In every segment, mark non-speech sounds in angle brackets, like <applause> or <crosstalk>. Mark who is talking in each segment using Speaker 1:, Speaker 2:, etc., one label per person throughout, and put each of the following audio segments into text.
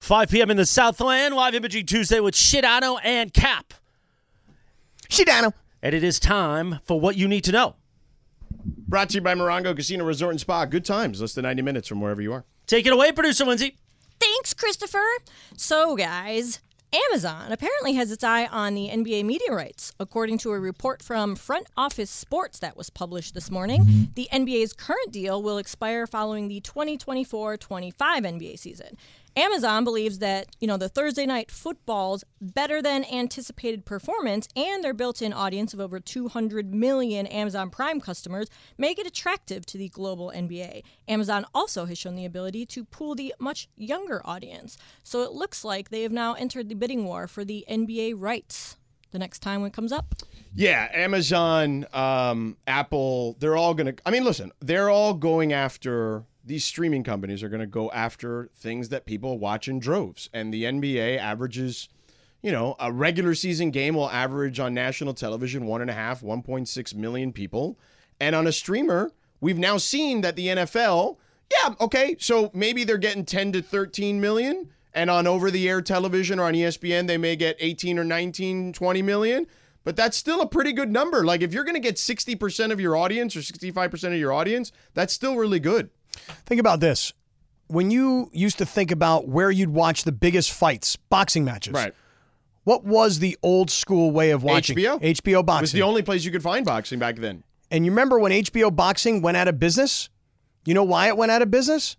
Speaker 1: 5 p.m. in the Southland, live imaging Tuesday with Shidano and Cap.
Speaker 2: Shidano.
Speaker 1: And it is time for what you need to know.
Speaker 2: Brought to you by Morongo Casino Resort and Spa. Good times, less than 90 minutes from wherever you are.
Speaker 1: Take it away, producer Lindsay.
Speaker 3: Thanks, Christopher. So, guys, Amazon apparently has its eye on the NBA media rights. According to a report from Front Office Sports that was published this morning, the NBA's current deal will expire following the 2024-25 NBA season. Amazon believes that, you know, the Thursday night football's better than anticipated performance and their built-in audience of over 200 million Amazon Prime customers make it attractive to the global NBA. Amazon also has shown the ability to pool the much younger audience. So it looks like they have now entered the bidding war for the NBA rights the next time it comes up.
Speaker 2: Yeah, Amazon, um, Apple, they're all going to. I mean, listen, they're all going after. These streaming companies are going to go after things that people watch in droves. And the NBA averages, you know, a regular season game will average on national television one and a half, 1.6 million people. And on a streamer, we've now seen that the NFL, yeah, okay, so maybe they're getting 10 to 13 million and on over the air television or on E ESPN, they may get 18 or 19, 20 million. But that's still a pretty good number. Like if you're going to get 60% of your audience or 65% of your audience, that's still really good.
Speaker 4: Think about this. When you used to think about where you'd watch the biggest fights, boxing matches.
Speaker 2: Right.
Speaker 4: What was the old school way of watching
Speaker 2: HBO?
Speaker 4: HBO
Speaker 2: It was
Speaker 4: boxing.
Speaker 2: the only place you could find boxing back then.
Speaker 4: and you remember when HBO boxing went out of business? You know why it went out of business?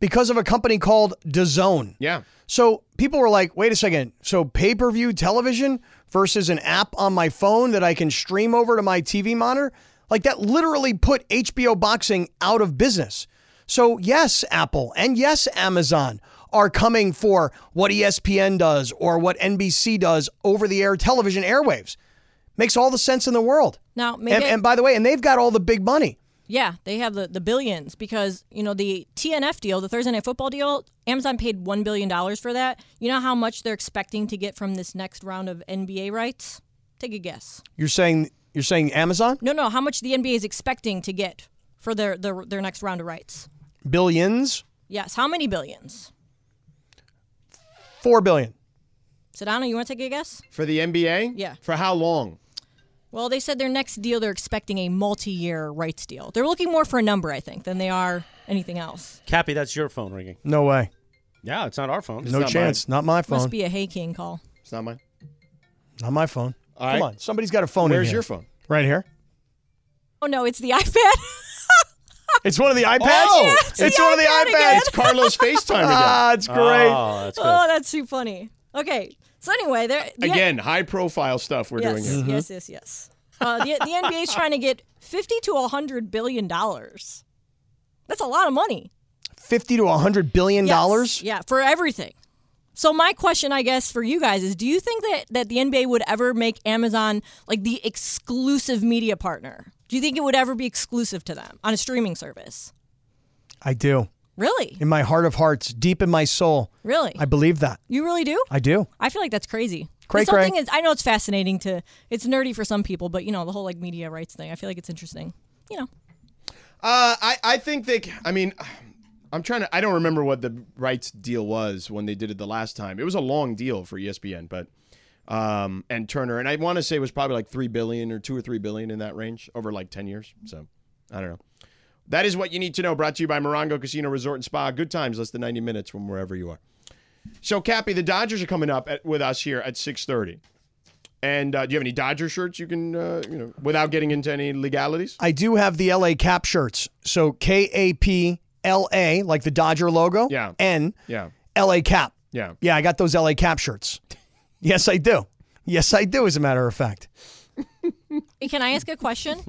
Speaker 4: Because of a company called DAZN.
Speaker 2: Yeah.
Speaker 4: So people were like, wait a second. So pay per view television versus an app on my phone that I can stream over to my TV monitor? Like that literally put HBO boxing out of business. So, yes, Apple and yes, Amazon are coming for what E ESPN does or what NBC does over the air television airwaves. Makes all the sense in the world.
Speaker 3: Now, maybe
Speaker 4: And,
Speaker 3: I-
Speaker 4: and by the way, and they've got all the big money.
Speaker 3: Yeah, they have the, the billions because, you know, the TNF deal, the Thursday Night Football deal, Amazon paid $1 billion for that. You know how much they're expecting to get from this next round of NBA rights? Take a guess.
Speaker 4: You're saying you're saying Amazon?
Speaker 3: No, no, how much the NBA is expecting to get for their, their, their next round of rights.
Speaker 4: Billions?
Speaker 3: Yes, how many billions?
Speaker 4: 4 billion.
Speaker 3: Sedano, you want to take a guess?
Speaker 2: For the NBA?
Speaker 3: Yeah.
Speaker 2: For how long?
Speaker 3: Well, they said their next deal, they're expecting a multi year rights deal. They're looking more for a number, I think, than they are anything else.
Speaker 1: Cappy, that's your phone ringing.
Speaker 4: No way.
Speaker 1: Yeah, it's not our phone.
Speaker 4: no
Speaker 2: not
Speaker 4: chance. Not my phone.
Speaker 3: Must be a Hey King call.
Speaker 2: It's not mine.
Speaker 4: Not my phone.
Speaker 2: All
Speaker 4: Come
Speaker 2: right.
Speaker 4: on, somebody's got a phone. in
Speaker 2: Where's
Speaker 4: here.
Speaker 2: your phone?
Speaker 4: Right here.
Speaker 3: Oh, no, it's the <laughs> iPad.
Speaker 4: It's one of the iPads.
Speaker 2: <laughs> Oh,
Speaker 4: it's one of the iPads.
Speaker 2: It's Carlos FaceTime again.
Speaker 4: Ah, it's great.
Speaker 1: Oh, that's good.
Speaker 3: Oh, that's too funny. Okay. So anyway, there
Speaker 2: Again, high profile stuff we're
Speaker 3: yes,
Speaker 2: doing
Speaker 4: Mm-hmm.
Speaker 2: here.
Speaker 3: yes, yes, yes. Uh, the the NBA is trying to get fifty to hundred billion dollars. That's a lot of money.
Speaker 4: Fifty to hundred billion
Speaker 3: Yes.
Speaker 4: dollars.
Speaker 3: Yeah, for everything. So my question, I guess, for you guys is: Do you think that that the NBA would ever make Amazon like the exclusive media partner? Do you think it would ever be exclusive to them on a streaming service?
Speaker 4: I do.
Speaker 3: Really,
Speaker 4: In my heart of hearts, deep in my soul,
Speaker 3: really,
Speaker 4: I believe that.
Speaker 3: you really do?
Speaker 4: I do.
Speaker 3: I feel like that's crazy.
Speaker 4: Cray,
Speaker 3: It's something
Speaker 4: cray.
Speaker 3: is I know it's fascinating to it's nerdy for some people, but you know, the whole like media rights thing. I feel like it's interesting. You know.
Speaker 2: Uh, I, I think they. c- I mean, I'm trying to. I don't remember what the rights deal was when they did it the last time. It was a long deal for E ESPN, but um, and Turner, and I want to say it was probably like three billion or two or three billion in that range over like ten years. So I don't know. That is what you need to know. Brought to you by Morongo Casino Resort and Spa. Good times, less than 90 minutes from wherever you are. So, Cappy, the Dodgers are coming up at, with us here at 6:30. And uh, do you have any Dodger shirts you can, uh, you know, without getting into any legalities?
Speaker 4: I do have the LA Cap shirts. So K A P L A, like the Dodger logo.
Speaker 2: Yeah.
Speaker 4: N
Speaker 2: Yeah,
Speaker 4: LA Cap.
Speaker 2: yeah.
Speaker 4: Yeah, I got those LA Cap shirts. Yes, I do. Yes, I do. As a matter of fact.
Speaker 3: Can I ask
Speaker 2: <laughs>
Speaker 3: a question?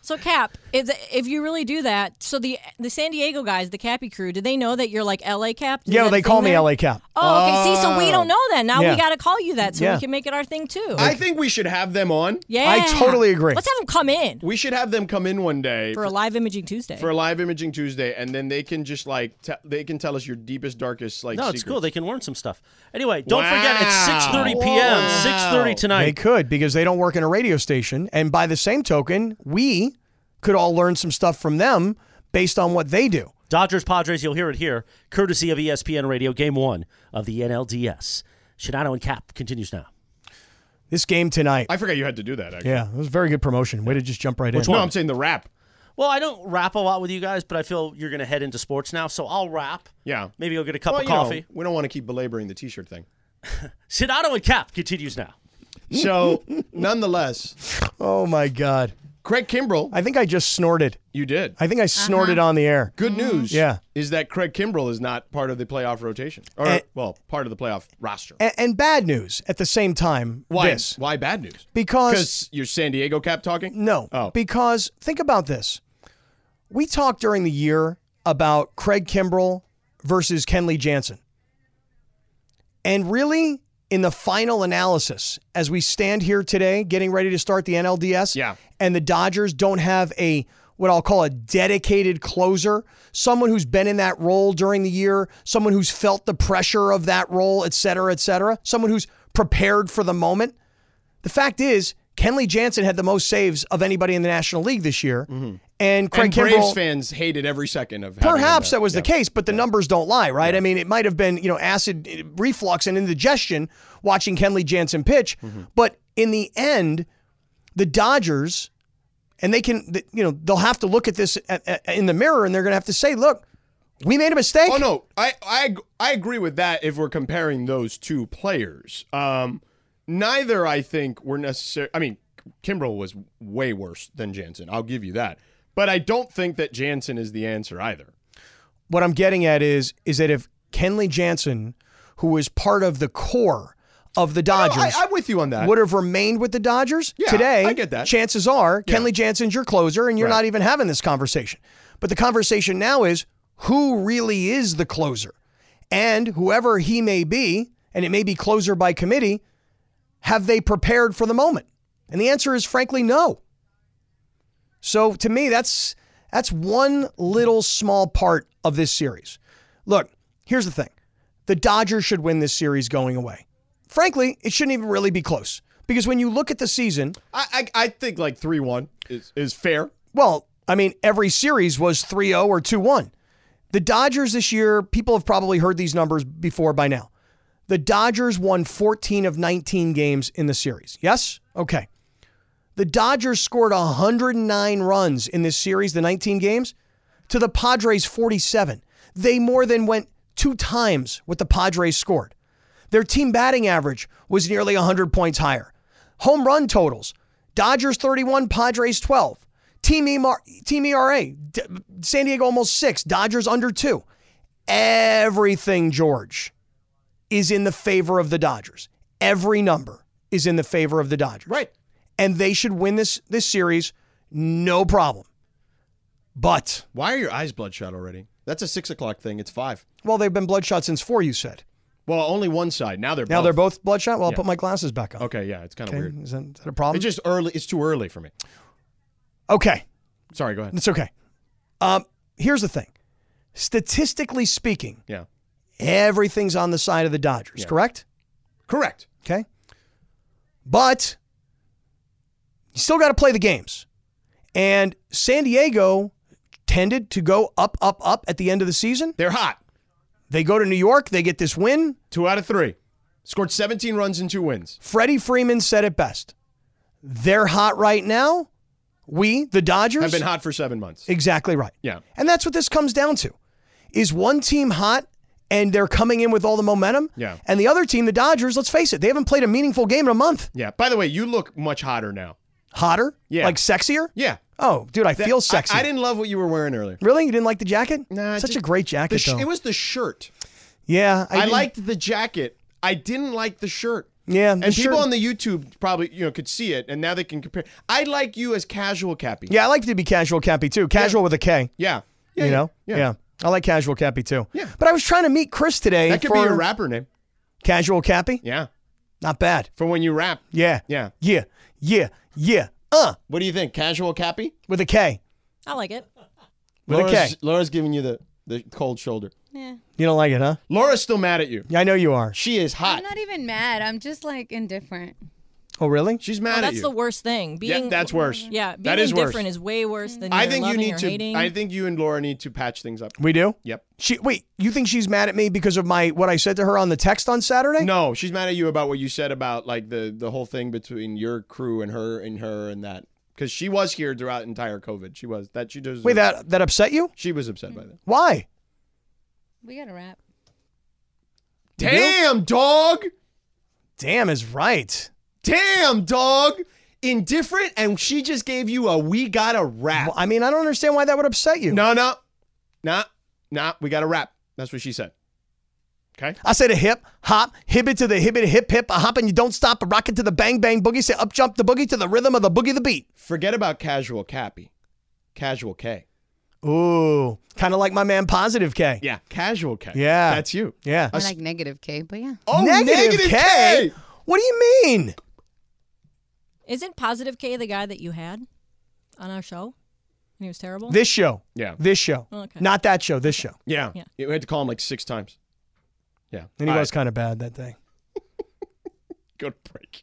Speaker 3: so Cap, if if you really do that, so the the San Diego guys, the Cappy crew, did they know that you're like LA Cap? Is
Speaker 4: Yeah,
Speaker 3: that
Speaker 4: well,
Speaker 3: a
Speaker 4: they
Speaker 3: thing
Speaker 4: call me
Speaker 3: there?
Speaker 4: LA Cap.
Speaker 3: Oh, okay. See, so we don't know that. Now
Speaker 4: Yeah.
Speaker 3: we got to call you that so
Speaker 4: Yeah.
Speaker 3: we can make it our thing too.
Speaker 2: I think we should have them on.
Speaker 3: yeah.
Speaker 4: I totally agree.
Speaker 3: Let's have them come in
Speaker 2: We should have them come in one day
Speaker 3: for
Speaker 2: for,
Speaker 3: a live imaging Tuesday.
Speaker 2: for live imaging Tuesday, and then they can just like te- they can tell us your deepest, darkest like.
Speaker 1: No, it's cool.
Speaker 2: secrets.
Speaker 1: They can learn some stuff. Anyway, don't
Speaker 2: Wow.
Speaker 1: forget it's 6:30 p.m.
Speaker 2: Wow.
Speaker 1: 6:30
Speaker 4: They
Speaker 1: tonight.
Speaker 4: could because they don't work in a radio station. And by the same token, we could all learn some stuff from them based on what they do.
Speaker 1: Dodgers Padres, you'll hear it here, courtesy of E ESPN Radio, game one of the NLDS. Shadano and Cap continues now.
Speaker 4: This game tonight.
Speaker 2: I forgot you had to do that. Actually.
Speaker 4: yeah, it was a very good promotion. Way to just jump right in.
Speaker 2: No, I'm saying the rap.
Speaker 1: Well, I don't rap a lot with you guys, but I feel you're going to head into sports now, so I'll rap.
Speaker 2: Yeah.
Speaker 1: Maybe you'll get a cup
Speaker 2: Well,
Speaker 1: of
Speaker 2: you know,
Speaker 1: coffee.
Speaker 2: we don't want to keep belaboring the T-shirt thing.
Speaker 1: Shadano and Cap continues now. <laughs>
Speaker 2: So, nonetheless,
Speaker 4: Oh my God.
Speaker 2: Craig Kimbrell,
Speaker 4: I think I just snorted.
Speaker 2: you did.
Speaker 4: I think I snorted on the air.
Speaker 2: Good
Speaker 1: Mm.
Speaker 2: news
Speaker 4: Yeah.
Speaker 2: is that Craig Kimbrell is not part of the playoff rotation. Or,
Speaker 4: Eh.
Speaker 2: well, part of the playoff roster.
Speaker 4: And, and bad news at the same time.
Speaker 2: why,
Speaker 4: This.
Speaker 2: why bad news?
Speaker 4: Because
Speaker 2: Because you're San Diego cap talking?
Speaker 4: No.
Speaker 2: Oh.
Speaker 4: Because think about this. We talked during the year about Craig Kimbrell versus Kenley Jansen. And really, in the final analysis, as we stand here today, getting ready to start the NLDS,
Speaker 2: Yeah.
Speaker 4: and the Dodgers don't have a what I'll call a dedicated closer, someone who's been in that role during the year, someone who's felt the pressure of that role, et cetera, et cetera, someone who's prepared for the moment. The fact is, Kenley Jansen had the most saves of anybody in the National League this year, and Craig
Speaker 2: Mm-hmm. and Braves
Speaker 4: Kimbrell.
Speaker 2: fans hated every second of having him
Speaker 4: Perhaps
Speaker 2: there.
Speaker 4: that was the case, but the numbers don't lie, right? I mean, it might have been you know acid reflux and indigestion watching Kenley Jansen pitch,
Speaker 2: Mm-hmm.
Speaker 4: but in the end, the Dodgers, and they can th- you know they'll have to look at this at, at- in the mirror, and they're going to have to say, look, we made a mistake.
Speaker 2: Oh no, I I I agree with that. If we're comparing those two players, um, neither I think were necessary. I mean, Kimbrel was way worse than Jansen. I'll give you that, but I don't think that Jansen is the answer either.
Speaker 4: what I'm getting at is is that if Kenley Jansen, who was part of the core of the
Speaker 2: No,
Speaker 4: Dodgers,
Speaker 2: I, I'm with you on that.
Speaker 4: would have remained with the Dodgers
Speaker 2: Yeah,
Speaker 4: today,
Speaker 2: I get that.
Speaker 4: chances are Kenley Jansen's your closer and you're
Speaker 2: Right.
Speaker 4: not even having this conversation. But the conversation now is who really is the closer? And whoever he may be, and it may be closer by committee, have they prepared for the moment? And the answer is frankly no. So to me, that's that's one little small part of this series. Look, here's the thing. The Dodgers should win this series going away. Frankly, it shouldn't even really be close. Because when you look at the season,
Speaker 2: I, I I think like three one is is fair.
Speaker 4: well, I mean, every series was 3 0 or 2 1. The Dodgers this year, people have probably heard these numbers before by now. The Dodgers won 14 of 19 games in the series. Yes? Okay. The Dodgers scored 109 runs in this series, the 19 games, to the Padres 47. They more than went two times what the Padres scored. Their team batting average was nearly 100 points higher. Home run totals Dodgers 31, Padres 12. Team, EMR, team ERA, D- San Diego almost six, Dodgers under two. Everything, George, is in the favor of the Dodgers. Every number is in the favor of the Dodgers.
Speaker 2: Right.
Speaker 4: And they should win this, this series, no problem. But,
Speaker 2: Why are your eyes bloodshot already? That's a six o'clock thing. It's five.
Speaker 4: well, they've been bloodshot since four, you said.
Speaker 2: Well, only one side. Now they're
Speaker 4: Now
Speaker 2: both.
Speaker 4: they're both bloodshot? Well, I'll put my glasses back on.
Speaker 2: okay. Yeah, it's kind of weird.
Speaker 4: Is that, is that a problem?
Speaker 2: It's just early. It's too early for me.
Speaker 4: okay.
Speaker 2: Sorry. Go ahead.
Speaker 4: It's okay. Um, here's the thing. Statistically speaking,
Speaker 2: Yeah.
Speaker 4: everything's on the side of the Dodgers, correct?
Speaker 2: Correct.
Speaker 4: Okay. But you still got to play the games. And San Diego tended to go up, up, up at the end of the season.
Speaker 2: They're hot.
Speaker 4: They go to New York, they get this win.
Speaker 2: Two out of three. Scored 17 runs and two wins.
Speaker 4: Freddie Freeman said it best. They're hot right now. We, the Dodgers,
Speaker 2: Have been hot for seven months.
Speaker 4: Exactly right.
Speaker 2: Yeah.
Speaker 4: And that's what this comes down to. Is one team hot and they're coming in with all the momentum?
Speaker 2: Yeah.
Speaker 4: And the other team, the Dodgers, let's face it, they haven't played a meaningful game in a month.
Speaker 2: Yeah. By the way, you look much hotter now.
Speaker 4: Hotter?
Speaker 2: Yeah.
Speaker 4: Like sexier?
Speaker 2: Yeah.
Speaker 4: Oh, dude, I feel
Speaker 2: I-
Speaker 4: sexy.
Speaker 2: I, didn't love what you were wearing earlier.
Speaker 4: Really? You didn't like the jacket?
Speaker 2: Nah, I
Speaker 4: Such a
Speaker 2: just-
Speaker 4: great jacket,
Speaker 2: The sh-
Speaker 4: though.
Speaker 2: it was the shirt.
Speaker 4: yeah.
Speaker 2: I,
Speaker 4: didn't-
Speaker 2: liked the jacket. I didn't like the shirt.
Speaker 4: Yeah.
Speaker 2: And people on the YouTube probably you know could see it, and now they can compare. I like you as casual Cappy.
Speaker 4: Yeah, I like to be casual Cappy, too. Casual with a K.
Speaker 2: Yeah. Yeah,
Speaker 4: you
Speaker 2: yeah,
Speaker 4: know?
Speaker 2: Yeah.
Speaker 4: I like casual Cappy, too.
Speaker 2: Yeah.
Speaker 4: But I was trying to meet Chris today.
Speaker 2: That could
Speaker 4: for
Speaker 2: be your rapper name.
Speaker 4: Casual Cappy?
Speaker 2: Yeah.
Speaker 4: Not bad.
Speaker 2: For when you rap.
Speaker 4: Yeah.
Speaker 2: Yeah.
Speaker 4: Yeah. Yeah. Yeah. Uh,
Speaker 2: What do you think? Casual Cappy?
Speaker 4: with a K.
Speaker 3: I like it.
Speaker 4: With a K.
Speaker 2: Laura's, Laura's giving you the, the cold shoulder.
Speaker 5: Yeah.
Speaker 4: You don't like it, huh?
Speaker 2: Laura's still mad at you.
Speaker 4: Yeah, I know you are.
Speaker 2: She is hot.
Speaker 5: I'm not even mad. I'm just like indifferent.
Speaker 4: Oh, really?
Speaker 2: She's mad
Speaker 3: Oh,
Speaker 2: at
Speaker 3: that's
Speaker 2: you.
Speaker 3: the worst thing. Being
Speaker 2: that's worse.
Speaker 3: Yeah, being
Speaker 2: That is worse.
Speaker 3: indifferent is way worse than
Speaker 2: I
Speaker 3: either
Speaker 2: think you
Speaker 3: loving
Speaker 2: need
Speaker 3: or
Speaker 2: to.
Speaker 3: hating.
Speaker 2: I think you and Laura need to patch things up.
Speaker 4: We do.
Speaker 2: Yep.
Speaker 4: She wait. You think she's mad at me because of my what I said to her on the text on Saturday?
Speaker 2: No, she's mad at you about what you said about like the the whole thing between your crew and her and her and that because she was here throughout entire COVID. She was that she does.
Speaker 4: Wait, that that upset you?
Speaker 2: she was upset by that.
Speaker 4: Why?
Speaker 5: We got a wrap.
Speaker 2: Damn dog!
Speaker 4: Damn is right.
Speaker 2: Damn dog! Indifferent, and she just gave you a we got a wrap.
Speaker 4: Well, I mean, I don't understand why that would upset you.
Speaker 2: Ah. No, no, nah, nah. We got a wrap. That's what she said. Okay.
Speaker 4: I said a hip hop, hip it to the hip it hip hip, a hop and you don't stop, a rocket to the bang bang boogie. Say up jump the boogie to the rhythm of the boogie the beat.
Speaker 2: Forget about casual Cappy, casual K.
Speaker 4: Ooh, kind of like my man Positive K.
Speaker 2: Yeah, casual K.
Speaker 4: Yeah.
Speaker 2: that's you.
Speaker 4: Yeah.
Speaker 5: I like negative K, but yeah.
Speaker 2: Oh, negative K.
Speaker 4: What do you mean?
Speaker 3: Isn't Positive K the guy that you had on our show? And he was terrible.
Speaker 4: This show.
Speaker 2: Yeah.
Speaker 4: This show.
Speaker 3: Okay.
Speaker 4: Not that show. This show.
Speaker 2: Yeah.
Speaker 3: Yeah.
Speaker 2: We had to call him like six times. Yeah.
Speaker 4: And he
Speaker 2: All
Speaker 4: was
Speaker 2: right,
Speaker 4: kind of bad that day.
Speaker 2: Go to break.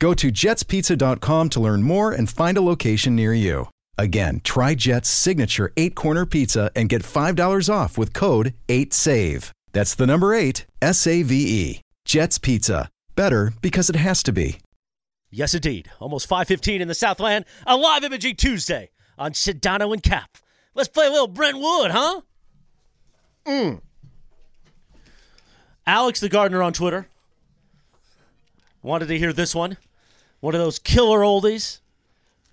Speaker 6: Go to jetspizza.com to learn more and find a location near you. Again, try Jet's signature eight corner pizza and get $5 off with code 8SAVE. That's the number eight, S A V E. Jet's Pizza. Better because it has to be.
Speaker 7: Yes, indeed. Almost 5.15 in the Southland. A live imaging Tuesday on Sedano and Cap. Let's play a little Brent Wood, huh? Alex the Gardener on Twitter wanted to hear this one. One of those killer oldies.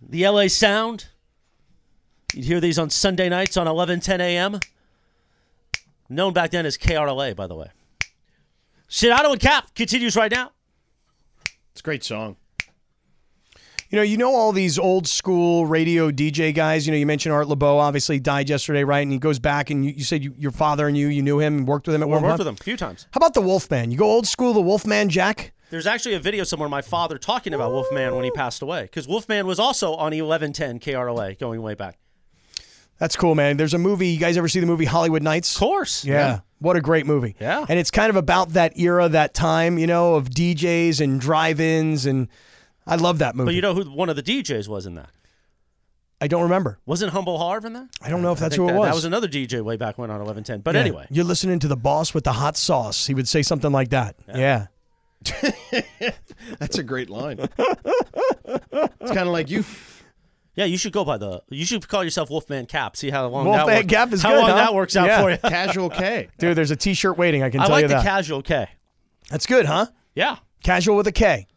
Speaker 7: The LA Sound. You'd hear these on Sunday nights on 11, 10 a.m. Known back then as KRLA, by the way. Sedano and Cap continues right now.
Speaker 2: It's a great
Speaker 4: <laughs>
Speaker 2: song.
Speaker 4: You know, you know all these old school radio DJ guys. You know, you mentioned Art LeBeau obviously died yesterday, right? And he goes back, and you, you said you, your father and you, you knew him and worked with him at
Speaker 7: Well,
Speaker 4: one
Speaker 7: I worked
Speaker 4: point.
Speaker 7: with him a few times.
Speaker 4: How about the Wolfman? You go old school, the Wolfman Jack.
Speaker 7: There's actually a video somewhere of my father talking about Wolfman when he passed away because Wolfman was also on 1110 KRLA going way back.
Speaker 4: That's cool, man. There's a movie. You guys ever see the movie Hollywood Nights?
Speaker 7: Of course.
Speaker 4: Yeah. What a great movie.
Speaker 7: Yeah.
Speaker 4: And it's kind of about that era, that time, you know, of DJs and drive-ins, and I love that movie.
Speaker 7: But you know who one of the DJs was in that?
Speaker 4: I don't remember.
Speaker 7: Wasn't Humble Harv in that?
Speaker 4: I don't know if that's
Speaker 7: I think
Speaker 4: who it
Speaker 7: that,
Speaker 4: was.
Speaker 7: That was another DJ way back when on 1110. But
Speaker 4: Yeah.
Speaker 7: anyway,
Speaker 4: you're listening to the boss with the hot sauce. He would say something like that. yeah.
Speaker 2: That's a great line. it's kind of like you.
Speaker 7: yeah, you should go by the. You should call yourself Wolfman Cap. See how long that
Speaker 4: Wolfman
Speaker 7: works,
Speaker 4: Cap is
Speaker 7: how
Speaker 4: good,
Speaker 7: long
Speaker 4: huh?
Speaker 7: that works out
Speaker 4: Yeah.
Speaker 7: for you.
Speaker 2: Casual K.
Speaker 4: Dude, there's a T-shirt waiting. I can
Speaker 7: I
Speaker 4: tell
Speaker 7: like
Speaker 4: you
Speaker 7: the
Speaker 4: that.
Speaker 7: casual K.
Speaker 4: That's good, huh?
Speaker 7: Yeah.
Speaker 4: Casual with a K.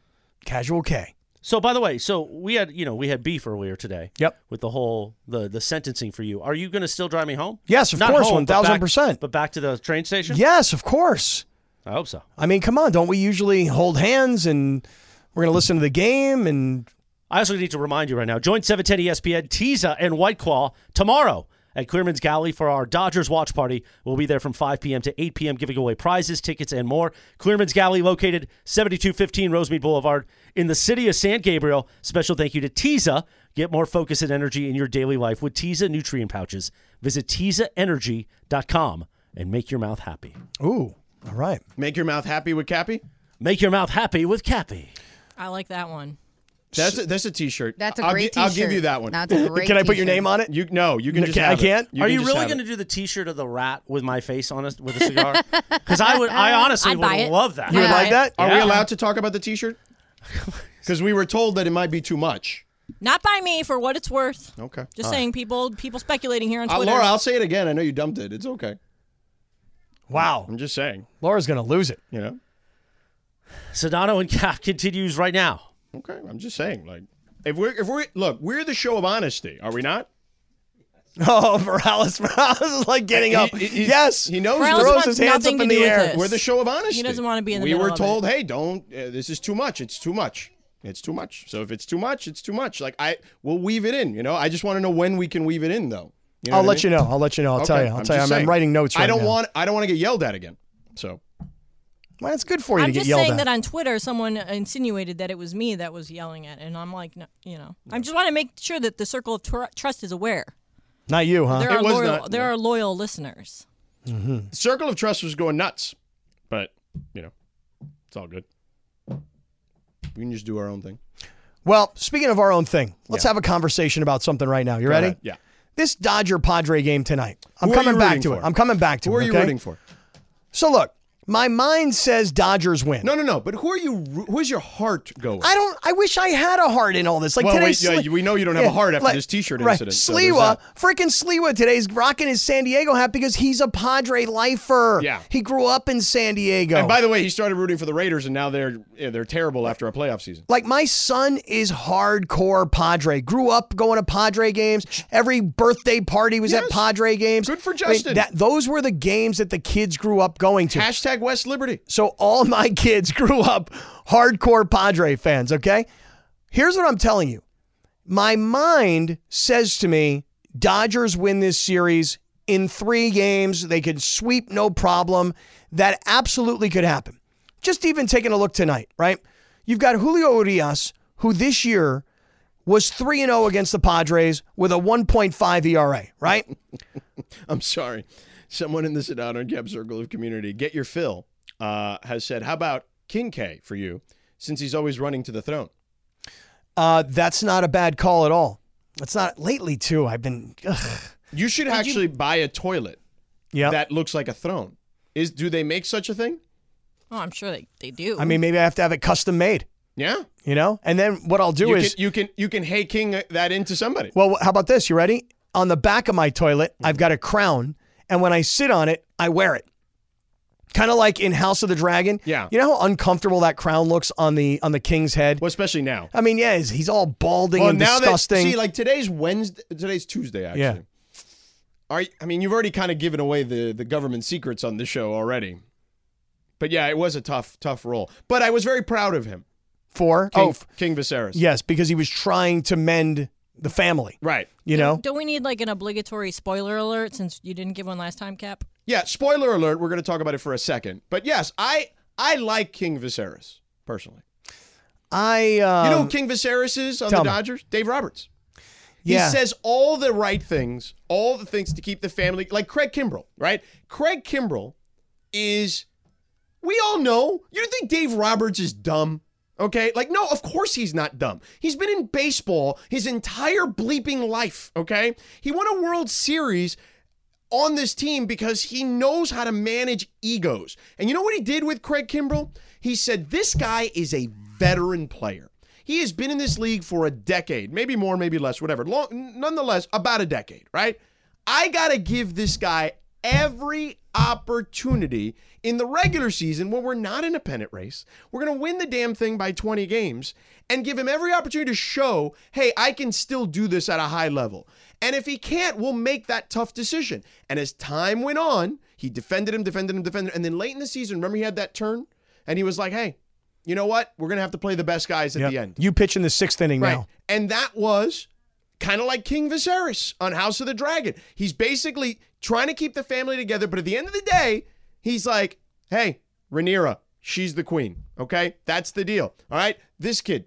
Speaker 4: Casual K.
Speaker 7: So by the way, so we had you know we had beef earlier today.
Speaker 4: Yep.
Speaker 7: With the whole the the sentencing for you, are you going to still drive me home?
Speaker 4: Yes, of
Speaker 7: Not
Speaker 4: course,
Speaker 7: home, but back-
Speaker 4: 1000%.
Speaker 7: But back to the train station.
Speaker 4: Yes, of course.
Speaker 7: I hope so.
Speaker 4: I mean, come on, don't we usually hold hands and we're gonna listen to the game and
Speaker 7: I also need to remind you right now join E 710 ESPN, Teza, and White Claw tomorrow at Clearman's Galley for our Dodgers watch party. We'll be there from 5 p.m. to 8 p.m. giving away prizes, tickets, and more. Clearman's Galley located 7215 Rosemead Boulevard in the city of San Gabriel. Special thank you to Teza. Get more focus and energy in your daily life with Teza nutrient pouches. Visit TezaEnergy.com and make your mouth happy.
Speaker 4: ooh, all right.
Speaker 2: Make your mouth happy with Cappy.
Speaker 7: Make your mouth happy with Cappy.
Speaker 3: I like that one.
Speaker 2: That's a, that's a T-shirt.
Speaker 5: That's a
Speaker 2: I'll
Speaker 5: great
Speaker 2: gi- I'll
Speaker 5: T-shirt.
Speaker 2: give you that one. <laughs>
Speaker 5: That's a great.
Speaker 4: Can I put your
Speaker 5: t-shirt.
Speaker 4: name on it?
Speaker 2: you no, you can
Speaker 4: No,
Speaker 2: just.
Speaker 4: can- I
Speaker 2: have it.
Speaker 4: can't?
Speaker 7: Are you
Speaker 2: just
Speaker 7: really
Speaker 2: have
Speaker 7: going to
Speaker 2: it.
Speaker 7: do the T-shirt of the rat with my face on it with a cigar?
Speaker 3: <laughs>
Speaker 7: Because I would, I honestly
Speaker 3: I'd
Speaker 7: would
Speaker 3: buy it.
Speaker 7: love that.
Speaker 4: You would like that?
Speaker 2: Are we
Speaker 7: Yeah.
Speaker 4: <laughs>
Speaker 2: allowed to talk about the T-shirt? Because we were told that it might be too much.
Speaker 3: Not by me, for what it's worth.
Speaker 2: Okay.
Speaker 3: Just saying, people people speculating here on
Speaker 2: Uh,
Speaker 3: Twitter.
Speaker 2: Laura, I'll say it again. I know you dumped it. It's okay.
Speaker 4: Wow.
Speaker 2: I'm just saying.
Speaker 4: Laura's going to lose it.
Speaker 2: You know.
Speaker 1: Sedano and Cap continues right now.
Speaker 2: Okay. I'm just saying. Like, if we're if we are look, we're the show of honesty, are we not?
Speaker 4: <laughs> Oh, Morales. <laughs> Morales is like getting up.
Speaker 2: He- he-
Speaker 4: yes.
Speaker 2: He knows.
Speaker 3: Morales
Speaker 2: we're-
Speaker 4: throws
Speaker 3: wants
Speaker 4: his hands
Speaker 3: nothing
Speaker 4: up in
Speaker 3: to do
Speaker 4: the
Speaker 3: with
Speaker 4: air.
Speaker 3: this.
Speaker 2: We're the show of honesty.
Speaker 3: doesn't wanna be in the
Speaker 2: We
Speaker 3: middle
Speaker 2: were
Speaker 3: of
Speaker 2: told, hey, don't. Uh, this is too much. It's too much. It's too much. So if it's too much, it's too much. Like I, we'll weave it in. You know, I just want to know when we can weave it in, though. You know
Speaker 4: I'll
Speaker 2: what I
Speaker 4: let
Speaker 2: mean?
Speaker 4: you know. I'll let you know. I'll tell
Speaker 2: Okay,
Speaker 4: you. I'll
Speaker 2: I'm
Speaker 4: tell you.
Speaker 2: just
Speaker 4: I'm,
Speaker 2: saying.
Speaker 4: I'm writing notes right
Speaker 2: I don't
Speaker 4: now.
Speaker 2: want. I don't want to get yelled at again. So
Speaker 4: Well, it's good for you
Speaker 3: I'm
Speaker 4: to get
Speaker 3: just
Speaker 4: yelled
Speaker 3: saying
Speaker 4: at.
Speaker 3: that on Twitter, someone insinuated that it was me that was yelling at, and I'm like, no, you know, I just want to make sure that the circle of tr- trust is aware.
Speaker 4: Not you, huh?
Speaker 3: There
Speaker 2: It
Speaker 3: are
Speaker 2: was
Speaker 3: loyal,
Speaker 2: not-
Speaker 3: there
Speaker 2: no.
Speaker 3: are loyal listeners.
Speaker 2: circle of trust was going nuts, but you know, it's all good. We can just do our own thing.
Speaker 4: Well, speaking of our own thing, let's have a conversation about something right now. You
Speaker 2: Go
Speaker 4: ready?
Speaker 2: ahead. Yeah.
Speaker 4: This Dodger Padre game tonight. I'm
Speaker 2: Who are
Speaker 4: coming
Speaker 2: you
Speaker 4: back
Speaker 2: rooting
Speaker 4: to it.
Speaker 2: for?
Speaker 4: I'm coming back to
Speaker 2: Who
Speaker 4: it.
Speaker 2: are you
Speaker 4: okay?
Speaker 2: rooting for?
Speaker 4: So look, my mind says Dodgers win.
Speaker 2: No, no, no. But who are you? ru- Who's your heart going?
Speaker 4: I don't. I wish I had a heart in all this. Like
Speaker 2: Well,
Speaker 4: today,
Speaker 2: wait, yeah,
Speaker 4: Sle-
Speaker 2: we know you don't have a heart after
Speaker 4: like-
Speaker 2: this T-shirt
Speaker 4: right.
Speaker 2: incident, so there's
Speaker 4: Sliwa,
Speaker 2: that.
Speaker 4: freaking Sliwa, today's rocking his San Diego hat because he's a Padre lifer.
Speaker 2: Yeah.
Speaker 4: he grew up in San Diego.
Speaker 2: And by the way, he started rooting for the Raiders, and now they're yeah, they're terrible after a playoff season.
Speaker 4: Like my son is hardcore Padre. Grew up going to Padre games. Every birthday party was at
Speaker 2: Yes.
Speaker 4: Padre games.
Speaker 2: Good for
Speaker 4: I mean,
Speaker 2: Justin.
Speaker 4: that, those were the games that the kids grew up going to.
Speaker 2: Hashtag West Liberty. <laughs>
Speaker 4: So all my <laughs> kids grew up hardcore Padre fans, okay? Here's what I'm telling you. My mind says to me, Dodgers win this series in 3 games. They could sweep no problem. That absolutely could happen. Just even taking a look tonight, right? You've got Julio Urias who this year was 3 and 0 against the Padres with a 1.5 ERA, E right?
Speaker 2: I'm sorry. Someone in the Sedano and Cab Circle of Community, get your fill, uh, has said, how about King K for you, since he's always running to the throne?
Speaker 4: Uh, that's not a bad call at all. That's not lately too. I've been ugh.
Speaker 2: You should actually buy a toilet
Speaker 4: Yeah.
Speaker 2: that looks like a throne. Is Do they make such a thing?
Speaker 3: Oh, I'm sure they, they do.
Speaker 4: I mean, maybe I have to have it custom made,
Speaker 2: Yeah.
Speaker 4: you know? And then what I'll do
Speaker 2: You
Speaker 4: is,
Speaker 2: can, you can you can hey king uh, that into somebody.
Speaker 4: well, how about this? You ready? On the back of my toilet,
Speaker 2: Mm-hmm.
Speaker 4: I've got a crown, and when I sit on it, I wear it. Kind of like in House of the Dragon.
Speaker 2: Yeah.
Speaker 4: You know how uncomfortable that crown looks on the on the king's head?
Speaker 2: Well, especially now.
Speaker 4: I mean, yeah, he's, he's all balding and disgusting.
Speaker 2: that see, like today's Wednesday, today's Tuesday, actually.
Speaker 4: Yeah.
Speaker 2: Are you- I mean, you've already kind of given away the the government secrets on the show already. But yeah, it was a tough tough role. But I was very proud of him,
Speaker 4: Four.
Speaker 2: King,
Speaker 4: oh, f-
Speaker 2: King Viserys.
Speaker 4: yes, because he was trying to mend the family,
Speaker 2: Right.
Speaker 4: you know?
Speaker 3: don't we need like an obligatory spoiler alert since you didn't give one last time, Cap?
Speaker 2: Yeah. Spoiler alert. We're going to talk about it for a second. But yes, I I like King Viserys personally.
Speaker 4: I, um,
Speaker 2: You know who King Viserys is on the
Speaker 4: tell me.
Speaker 2: Dodgers? Dave Roberts.
Speaker 4: yeah.
Speaker 2: He says all the right things, all the things to keep the family like Craig Kimbrell, right? Craig Kimbrell is we all know. You don't think Dave Roberts is dumb? Okay? Like no, of course he's not dumb. He's been in baseball his entire bleeping life, okay? He won a World Series on this team because he knows how to manage egos. And you know what he did with Craig Kimbrell? He said, This guy is a veteran player. He has been in this league for a decade, maybe more, maybe less, whatever. Long, nonetheless, about a decade, right? I got to give this guy every opportunity in the regular season when we're not in a pennant race. We're going to win the damn thing by 20 games and give him every opportunity to show, hey, I can still do this at a high level. And if he can't, we'll make that tough decision. And as time went on, he defended him, defended him, defended him. And then late in the season, remember he had that turn? And he was like, hey, you know what? We're going to have to play the best guys at
Speaker 4: Yep.
Speaker 2: the end.
Speaker 4: You pitch in the sixth inning
Speaker 2: Right.
Speaker 4: now.
Speaker 2: And that was kind of like King Viserys on House of the Dragon. He's basically trying to keep the family together, but at the end of the day, he's like, hey, Rhaenyra, she's the queen. Okay? That's the deal. All right? This kid,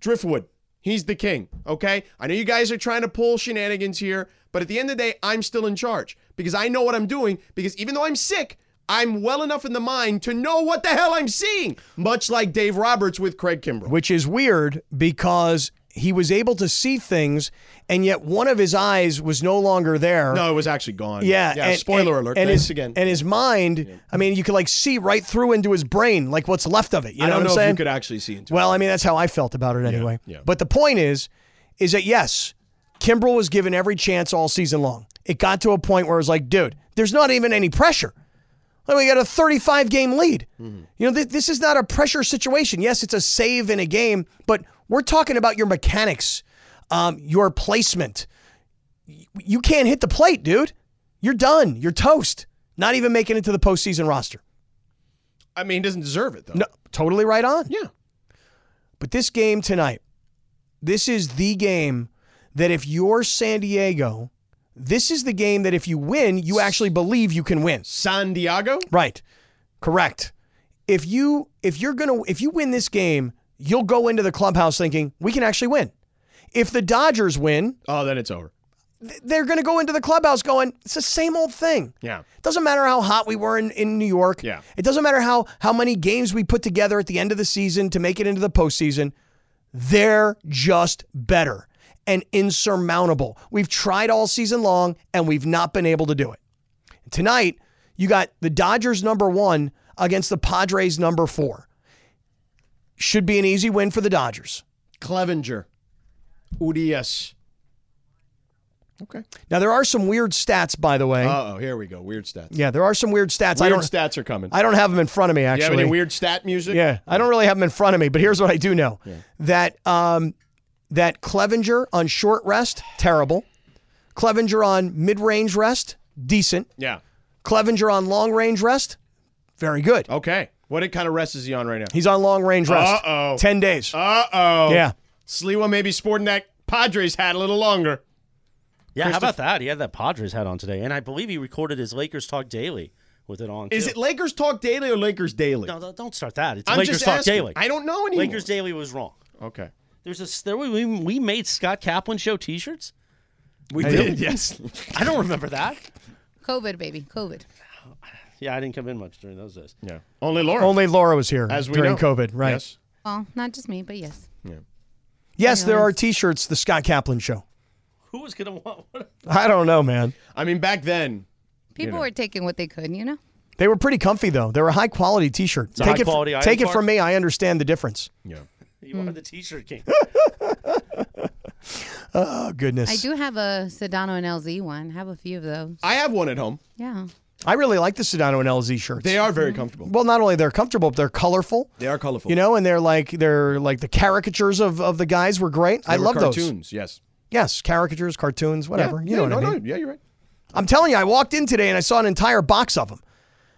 Speaker 2: Driftwood, he's the king. Okay? I know you guys are trying to pull shenanigans here, but at the end of the day, I'm still in charge because I know what I'm doing because even though I'm sick, I'm well enough in the mind to know what the hell I'm seeing, much like Dave Roberts with Craig Kimbrell.
Speaker 4: which is weird because he was able to see things and yet one of his eyes was no longer there.
Speaker 2: No, it was actually gone.
Speaker 4: Yeah.
Speaker 2: Yeah.
Speaker 4: and-
Speaker 2: spoiler
Speaker 4: and-
Speaker 2: alert.
Speaker 4: And
Speaker 2: Thanks
Speaker 4: his,
Speaker 2: again.
Speaker 4: And his mind, I mean, you could like see right through into his brain, like what's left of it. You
Speaker 2: I
Speaker 4: know
Speaker 2: don't
Speaker 4: what
Speaker 2: know
Speaker 4: I'm
Speaker 2: if
Speaker 4: saying?
Speaker 2: you could actually see into.
Speaker 4: well, I mean, that's how I felt about it anyway.
Speaker 2: yeah.
Speaker 4: But the point is, is that yes, Kimbrell was given every chance all season long. It got to a point where it was like, dude, there's not even any pressure. Like we got a 35 game lead. You know, th- this is not a pressure situation. Yes, it's a save in a game, but we're talking about your mechanics, um, your placement. Y- You can't hit the plate, dude. You're done. You're toast. Not even making it to the postseason roster.
Speaker 2: I mean, he doesn't deserve it though.
Speaker 4: No, totally right on.
Speaker 2: Yeah.
Speaker 4: But this game tonight, this is the game that if you're San Diego, this is the game that if you win, you actually believe you can win.
Speaker 2: San Diego.
Speaker 4: Right. Correct. If you if you're going to if you win this game, you'll go into the clubhouse thinking, "We can actually win." If the Dodgers win,
Speaker 2: Oh, then it's over.
Speaker 4: th- they're going to go into the clubhouse going, "It's the same old thing."
Speaker 2: Yeah.
Speaker 4: It doesn't matter how hot we were in, in New York.
Speaker 2: Yeah.
Speaker 4: It doesn't matter how how many games we put together at the end of the season to make it into the postseason. They're just better and insurmountable. We've tried all season long and we've not been able to do it. Tonight, you got the Dodgers number one against the Padres number four. Should be an easy win for the Dodgers.
Speaker 2: Clevenger. Udias. Okay.
Speaker 4: Now there are some weird stats, by the way.
Speaker 2: Uh oh, here we go. Weird stats.
Speaker 4: yeah, there are some weird stats. I
Speaker 2: Weird
Speaker 4: don't.
Speaker 2: stats are coming.
Speaker 4: I don't have them in front of me.
Speaker 2: you
Speaker 4: Actually,
Speaker 2: have any weird stat music?
Speaker 4: Yeah, I don't really have them in front of me, but here's what I do know: that um, that Clevenger on short rest, terrible. Clevenger on mid range rest, decent.
Speaker 2: Yeah.
Speaker 4: Clevenger on long range rest, very good.
Speaker 2: Okay. What kind of rest is he on right now?
Speaker 4: He's on long range rest,
Speaker 2: Uh-oh.
Speaker 4: ten days.
Speaker 2: Uh oh.
Speaker 4: yeah,
Speaker 2: Sliwa may be sporting that Padres hat a little longer.
Speaker 1: Yeah, how about that? He had that Padres hat on today, and I believe he recorded his Lakers Talk Daily with it on.
Speaker 2: Is
Speaker 1: too.
Speaker 2: it Lakers Talk Daily or Lakers Daily?
Speaker 1: No, don't- don't start that. It's
Speaker 2: I'm
Speaker 1: Lakers
Speaker 2: just
Speaker 1: Talk
Speaker 2: asking.
Speaker 1: Daily.
Speaker 2: I don't know anymore.
Speaker 1: Lakers Daily was wrong.
Speaker 2: Okay.
Speaker 1: There's a there we we made Scott Kaplan show T-shirts.
Speaker 2: We did, <laughs> yes.
Speaker 1: I don't remember that.
Speaker 5: COVID, baby. COVID.
Speaker 1: Yeah, I didn't come in much during those days.
Speaker 2: yeah. Only Laura.
Speaker 4: only Laura was here
Speaker 2: as we
Speaker 4: during
Speaker 2: know.
Speaker 4: COVID, right?
Speaker 2: Yes.
Speaker 4: Yes,
Speaker 5: Well, not just me, but yes.
Speaker 4: there are T-shirts. The Scott Kaplan Show.
Speaker 1: Who was gonna want? <laughs> What?
Speaker 4: I don't know, man.
Speaker 2: I mean, back then,
Speaker 5: People were taking what they could, you know?
Speaker 4: They were pretty comfy though. They were high quality T-shirts.
Speaker 1: a
Speaker 4: Take it,
Speaker 1: high-quality iron
Speaker 4: take it
Speaker 1: part?
Speaker 4: from me. I understand the difference.
Speaker 2: yeah.
Speaker 1: You are the T-shirt
Speaker 7: <laughs>
Speaker 1: king.
Speaker 4: Oh goodness,
Speaker 5: I do have a Sedano and LZ one. have a few of those.
Speaker 2: I have one at home.
Speaker 5: Yeah.
Speaker 4: <laughs> I really like the Sedano and LZ shirts.
Speaker 2: They are very comfortable.
Speaker 4: well not only they're comfortable but they're colorful
Speaker 2: They are colorful.
Speaker 4: you know and they're like they're like the caricatures of, of the guys were great i
Speaker 2: They were
Speaker 4: love those
Speaker 2: cartoons, yes.
Speaker 4: yes caricatures cartoons whatever you
Speaker 2: yeah,
Speaker 4: know what
Speaker 2: no,
Speaker 4: i mean
Speaker 2: no, yeah, you're right.
Speaker 4: i'm telling you i walked in today and i saw an entire box of them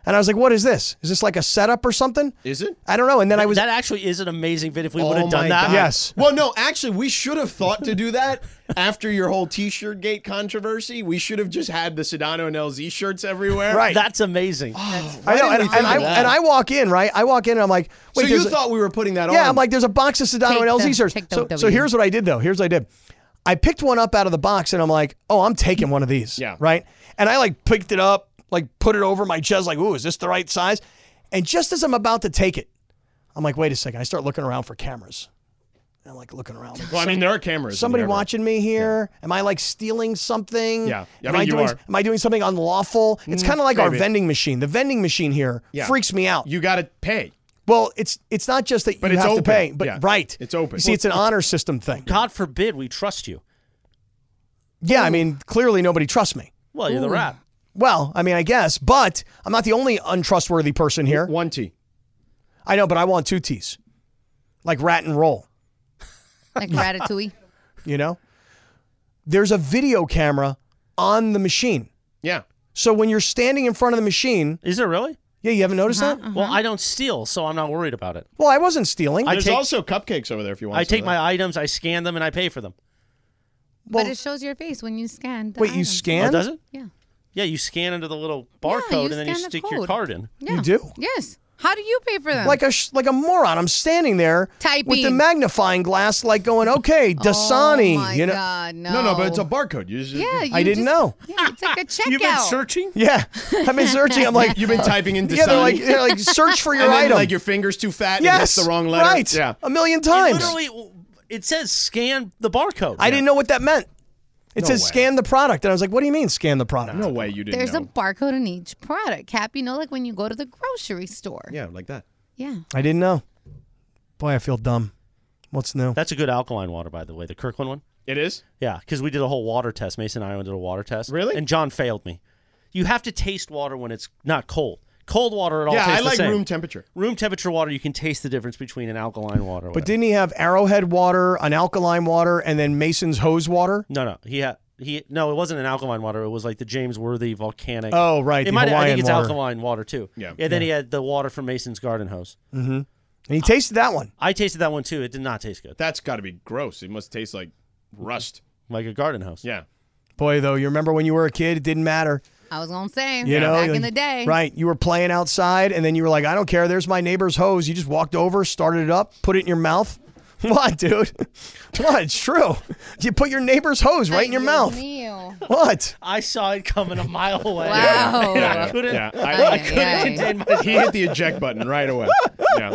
Speaker 4: and i was like what is this is this like a setup or something
Speaker 2: Is it?
Speaker 4: i don't know and then i was
Speaker 1: that actually is an amazing vid. If we would
Speaker 2: Oh
Speaker 1: have
Speaker 2: my
Speaker 1: done that,
Speaker 2: God.
Speaker 4: Yes.
Speaker 2: Well, no, actually, we should have thought to do that after your whole T-shirt gate controversy. We should have just had the Sedano and LZ shirts everywhere.
Speaker 4: Right.
Speaker 1: that's amazing.
Speaker 4: i know
Speaker 2: didn't
Speaker 4: and,
Speaker 2: we
Speaker 4: and
Speaker 2: think
Speaker 4: I,
Speaker 2: of that?
Speaker 4: and i walk in right i walk in and i'm like
Speaker 2: So
Speaker 4: wait
Speaker 2: you
Speaker 4: there's a-
Speaker 2: thought we were putting that on?
Speaker 4: Yeah, I'm like, there's a box of Sedano
Speaker 5: Take
Speaker 4: and LZ
Speaker 5: the-
Speaker 4: shirts.
Speaker 5: take the
Speaker 4: So, so
Speaker 5: W.
Speaker 4: here's what I did, though. Here's what I did. I picked one up out of the box, and I'm like, oh, I'm taking one of these.
Speaker 2: Yeah.
Speaker 4: Right. And I like picked it up, like put it over my chest, like, ooh, is this the right size? And just as I'm about to take it, I'm like, wait a second. I start looking around for cameras. And I'm like looking
Speaker 2: <laughs>
Speaker 4: around. like,
Speaker 2: Well, I mean, there are cameras. in
Speaker 4: Somebody
Speaker 2: there.
Speaker 4: watching me here? Am I like stealing something?
Speaker 2: Yeah. I
Speaker 4: am
Speaker 2: mean,
Speaker 4: I
Speaker 2: you
Speaker 4: doing?
Speaker 2: are. Mm,
Speaker 4: Am I doing something unlawful? It's kind of like our
Speaker 2: maybe.
Speaker 4: vending machine. The vending machine here
Speaker 2: Yeah.
Speaker 4: freaks me out.
Speaker 2: You got to pay.
Speaker 4: Well, it's it's not just that
Speaker 2: But
Speaker 4: you
Speaker 2: it's
Speaker 4: have
Speaker 2: open.
Speaker 4: to pay, but
Speaker 2: Yeah.
Speaker 4: right,
Speaker 2: It's open.
Speaker 4: You see, it's an honor system thing.
Speaker 1: God forbid we trust you.
Speaker 4: Yeah, I mean, clearly nobody trusts me.
Speaker 1: Well, you're the rap.
Speaker 4: Well, I mean, I guess, but I'm not the only untrustworthy person here.
Speaker 2: One T.
Speaker 4: I know, but I want two T's, like rat and roll.
Speaker 5: Like Ratatouille.
Speaker 4: You know, there's a video camera on the machine,
Speaker 2: Yeah.
Speaker 4: so when you're standing in front of the machine,
Speaker 1: Is it really?
Speaker 4: yeah, you haven't noticed
Speaker 5: Uh-huh.
Speaker 4: that.
Speaker 1: Well, I don't steal, so I'm not worried about it.
Speaker 4: Well, I wasn't stealing.
Speaker 1: I
Speaker 2: There's
Speaker 1: take-
Speaker 2: also cupcakes over there if you want.
Speaker 1: I
Speaker 2: some
Speaker 1: take
Speaker 2: of that.
Speaker 1: my items, I scan them, and I pay for them.
Speaker 4: well,
Speaker 5: but it shows your face when you scan. The
Speaker 4: wait, you
Speaker 5: items.
Speaker 4: scan?
Speaker 1: Oh, does it?
Speaker 5: Yeah.
Speaker 1: Yeah, you scan into the little
Speaker 5: Yeah,
Speaker 1: barcode,
Speaker 5: you
Speaker 1: and then you
Speaker 5: scan the
Speaker 1: stick your
Speaker 5: code.
Speaker 1: card in.
Speaker 5: Yeah.
Speaker 4: do?
Speaker 5: Yes. How do you pay for them?
Speaker 4: like a sh- like a moron. I'm standing there with the
Speaker 5: Typing.
Speaker 4: magnifying glass, like going, "Okay, Dasani,"
Speaker 5: Oh my
Speaker 4: you know.
Speaker 5: God, no.
Speaker 2: No, no, but it's a barcode. You just,
Speaker 5: Yeah, you
Speaker 4: I didn't
Speaker 5: just-
Speaker 4: know.
Speaker 5: Yeah, it's like a
Speaker 4: <laughs>
Speaker 5: checkout.
Speaker 1: You've been searching.
Speaker 4: <laughs> Yeah, I've been searching. I'm like,
Speaker 2: You've been typing in.
Speaker 4: <laughs> yeah, they're
Speaker 2: Dasani,
Speaker 4: like, they're like,
Speaker 2: <laughs>
Speaker 4: search for your
Speaker 2: and then,
Speaker 4: item.
Speaker 2: Like your fingers too fat. And
Speaker 4: yes,
Speaker 2: it's the wrong letter.
Speaker 4: Right,
Speaker 2: Yeah.
Speaker 4: a million
Speaker 1: It
Speaker 4: times.
Speaker 1: literally, it says scan the barcode.
Speaker 4: I didn't know what that meant. It
Speaker 2: No
Speaker 4: says
Speaker 2: way.
Speaker 4: scan the product, and I was like, what do you mean scan the product?
Speaker 2: No way you didn't.
Speaker 5: There's a
Speaker 2: know.
Speaker 5: barcode in each product cap. You know, like when you go to the grocery store.
Speaker 2: Yeah, like that.
Speaker 5: Yeah.
Speaker 4: I didn't know. Boy, I feel dumb. What's new?
Speaker 1: That's a good alkaline water, by the way. The Kirkland one.
Speaker 2: It is.
Speaker 7: Yeah, because we did a whole water test. Mason and I did a water test.
Speaker 2: Really?
Speaker 7: And John failed me. You have to taste water when it's not cold. Cold water at all.
Speaker 2: yeah,
Speaker 7: tastes
Speaker 2: I
Speaker 7: the
Speaker 2: like
Speaker 7: same.
Speaker 2: room temperature.
Speaker 7: Room temperature water. You can taste the difference between an alkaline water. or
Speaker 4: But
Speaker 7: whatever.
Speaker 4: didn't he have Arrowhead water, an alkaline water, and then Mason's hose water?
Speaker 7: no, no, he had he no. It wasn't an alkaline water. It was like the James Worthy volcanic.
Speaker 4: Oh, right,
Speaker 7: It
Speaker 4: the
Speaker 7: might. I
Speaker 4: Hawaiian
Speaker 7: think it's
Speaker 4: water.
Speaker 7: alkaline water too.
Speaker 2: Yeah.
Speaker 7: And then he had the water from Mason's garden hose.
Speaker 4: And he tasted that one.
Speaker 7: I tasted that one too. It did not taste good.
Speaker 2: That's got to be gross. It must taste like rust.
Speaker 7: Like a garden hose.
Speaker 2: Yeah.
Speaker 4: Boy, though, you remember when you were a kid, it didn't matter.
Speaker 5: I was gonna say
Speaker 4: You know,
Speaker 5: back
Speaker 4: you-
Speaker 5: in the day.
Speaker 4: right? You were playing outside, and then you were like, "I don't care. There's my neighbor's hose." You just walked over, started it up, put it in your mouth. <laughs> What, dude? <laughs> What? It's true. You put your neighbor's hose right in your
Speaker 5: Ay,
Speaker 4: mouth.
Speaker 5: Dios mío.
Speaker 4: <laughs> What?
Speaker 7: I saw it coming a mile away.
Speaker 5: Wow.
Speaker 7: And <laughs> I couldn't.
Speaker 2: Yeah.
Speaker 5: Ay,
Speaker 2: I,
Speaker 7: I couldn't
Speaker 5: ay.
Speaker 7: contain myself.
Speaker 2: he hit the eject button right away. Yeah.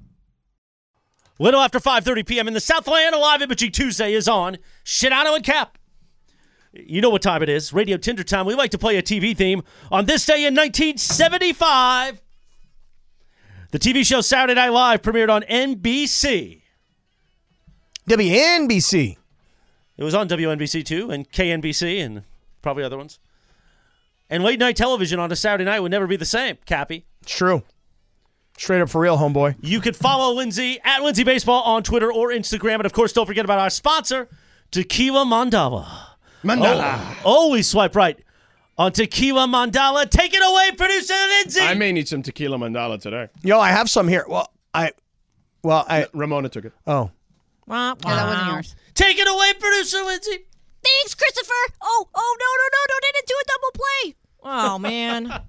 Speaker 7: Little after 5:30 p.m. in the Southland, live Imagery Tuesday is on. Shinano and Cap. You know what time it is? Radio Tinder time. We like to play a TV theme on this day in 1975. The TV show Saturday Night Live premiered on NBC.
Speaker 4: WNBC.
Speaker 7: It was on WNBC too and KNBC and probably other ones. And late night television on a Saturday night would never be the same. Cappy,
Speaker 4: It's true. Straight up for real, homeboy.
Speaker 7: You can follow Lindsay at Lindsay Baseball on Twitter or Instagram. And of course, don't forget about our sponsor, Tequila Mandala.
Speaker 2: Mandala.
Speaker 7: Always swipe right on Tequila Mandala. Take it away, producer Lindsay.
Speaker 2: I may need some tequila mandala today.
Speaker 4: Yo, I have some here. Well, I, well, I.
Speaker 2: Ramona took it.
Speaker 4: Oh,
Speaker 3: Wah,
Speaker 5: Yeah, that <laughs>
Speaker 4: Uh,
Speaker 5: wasn't
Speaker 3: wah.
Speaker 5: yours.
Speaker 7: Take it away, producer Lindsay.
Speaker 3: Thanks, Christopher. Oh, oh no, no, no, no! Didn't do a double play. Oh man.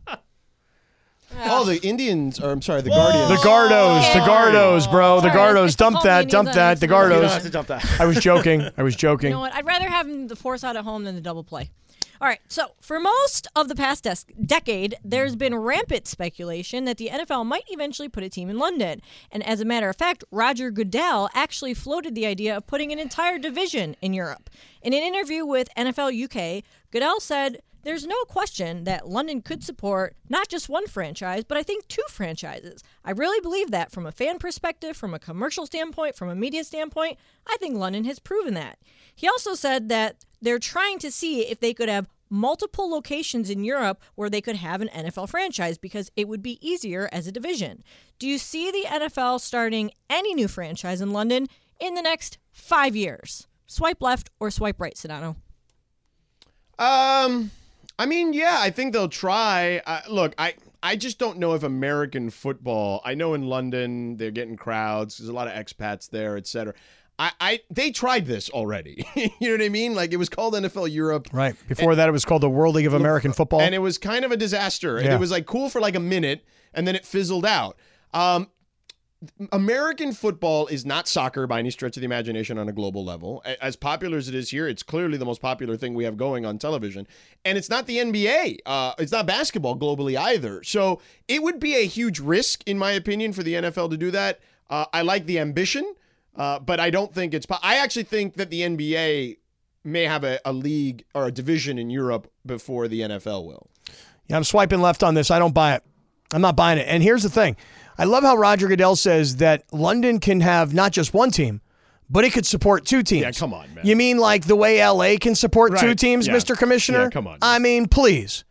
Speaker 2: Oh, the Indians, or I'm sorry, the Guardians.
Speaker 4: the Gardos, the Gardos, bro, the
Speaker 3: Sorry,
Speaker 4: Gardos.
Speaker 3: it's
Speaker 4: Dump
Speaker 3: called
Speaker 4: that,
Speaker 3: me
Speaker 4: dump
Speaker 3: neither.
Speaker 4: that, the
Speaker 3: You don't
Speaker 7: You don't have
Speaker 4: Gardos.
Speaker 7: to dump that.
Speaker 4: I was joking. I was joking.
Speaker 3: You know what? I'd rather have the force out at home than the double play. All right. So, for most of the past des- decade, there's been rampant speculation that the NFL might eventually put a team in London. And as a matter of fact, Roger Goodell actually floated the idea of putting an entire division in Europe. In an interview with NFL UK, Goodell said, there's no question that London could support not just one franchise, but I think two franchises. I really believe that from a fan perspective, from a commercial standpoint, from a media standpoint. I think London has proven that. He also said that they're trying to see if they could have multiple locations in Europe where they could have an NFL franchise because it would be easier as a division. Do you see the NFL starting any new franchise in London in the next five years? Swipe left or swipe right, Sedano.
Speaker 2: Um, I mean, yeah, I think they'll try. Uh, look, I I just don't know if American football. I know in London they're getting crowds. There's a lot of expats there, etc. I, I they tried this already. <laughs> you know what I mean? Like it was called NFL Europe.
Speaker 4: Right. Before that, it was called the World League of American Football.
Speaker 2: And it was kind of a disaster. And
Speaker 4: Oh. Yeah.
Speaker 2: it was like cool for like a minute and then it fizzled out. Um, American football is not soccer by any stretch of the imagination on a global level. A- As popular as it is here, it's clearly the most popular thing we have going on television. And it's not the NBA. Uh, it's not basketball globally either. So it would be a huge risk, in my opinion, for the NFL to do that. Uh, I like the ambition, uh, but I don't think it's. Po- I actually think that the NBA may have a, a league or a division in Europe before the NFL will.
Speaker 4: Yeah, I'm swiping left on this. I don't buy it. I'm not buying it. And here's the thing I love how Roger Goodell says that London can have not just one team, but it could support two teams.
Speaker 2: Yeah, come on, man.
Speaker 4: You mean like the way LA can support two
Speaker 2: Right.
Speaker 4: teams,
Speaker 2: Yeah.
Speaker 4: Mr. Commissioner?
Speaker 2: Yeah, come on, man.
Speaker 4: I mean, please.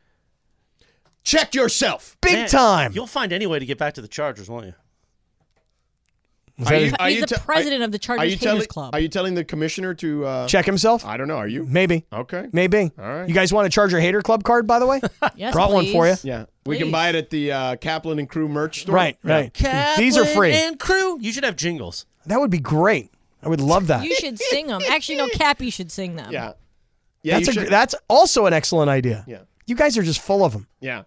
Speaker 2: Check yourself.
Speaker 4: Big
Speaker 7: Man,
Speaker 4: time.
Speaker 7: You'll find any way to get back to the Chargers, won't you?
Speaker 2: Are you,
Speaker 3: He's the
Speaker 2: te-
Speaker 3: president
Speaker 2: are-
Speaker 3: of the Chargers
Speaker 2: are you
Speaker 3: Haters
Speaker 2: telling,
Speaker 3: Club.
Speaker 2: Are you telling the commissioner to? Uh,
Speaker 4: Check himself?
Speaker 2: I don't know. Are you?
Speaker 4: Maybe.
Speaker 2: Okay.
Speaker 4: Maybe.
Speaker 2: All right.
Speaker 4: You guys want a Charger Hater Club card, by
Speaker 2: <laughs>
Speaker 4: the way?
Speaker 3: Yes,
Speaker 4: Brought one for you.
Speaker 3: please.
Speaker 2: Yeah, we can
Speaker 3: Please.
Speaker 2: buy it at the uh, Kaplan and Crew merch store.
Speaker 4: Right,
Speaker 2: Yeah.
Speaker 4: right. These are
Speaker 7: Kaplan
Speaker 4: free.
Speaker 7: And crew. You should have jingles.
Speaker 4: that would be great. I would love that.
Speaker 3: You should sing them. Actually, no, Cappy should sing them.
Speaker 2: Yeah. Yeah.
Speaker 4: that's,
Speaker 2: you
Speaker 4: a, gr-
Speaker 2: should-
Speaker 4: that's also an excellent idea.
Speaker 2: Yeah.
Speaker 4: You guys are just full <laughs> of them.
Speaker 2: yeah.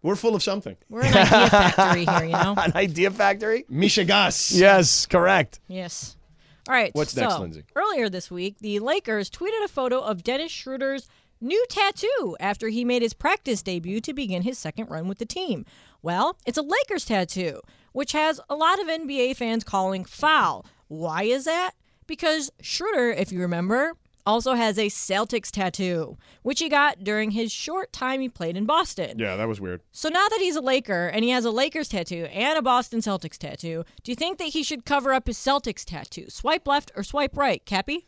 Speaker 2: We're full of something.
Speaker 3: We're an idea
Speaker 2: <laughs>
Speaker 3: factory here, you know?
Speaker 4: An idea factory?
Speaker 2: Misha Gas.
Speaker 4: Yes, correct.
Speaker 3: Yes. All right.
Speaker 2: What's
Speaker 3: so,
Speaker 2: next, Lindsay?
Speaker 3: Earlier this week, the Lakers tweeted a photo of Dennis Schroeder's new tattoo after he made his practice debut to begin his second run with the team. Well, it's a Lakers tattoo, which has a lot of NBA fans calling foul. Why is that? Because Schroeder, if you remember, also has a Celtics tattoo, which he got during his short time he played in Boston.
Speaker 2: Yeah, that was weird.
Speaker 3: So now that he's a Laker and he has a Lakers tattoo and a Boston Celtics tattoo, do you think that he should cover up his Celtics tattoo? Swipe left or swipe right, Cappy?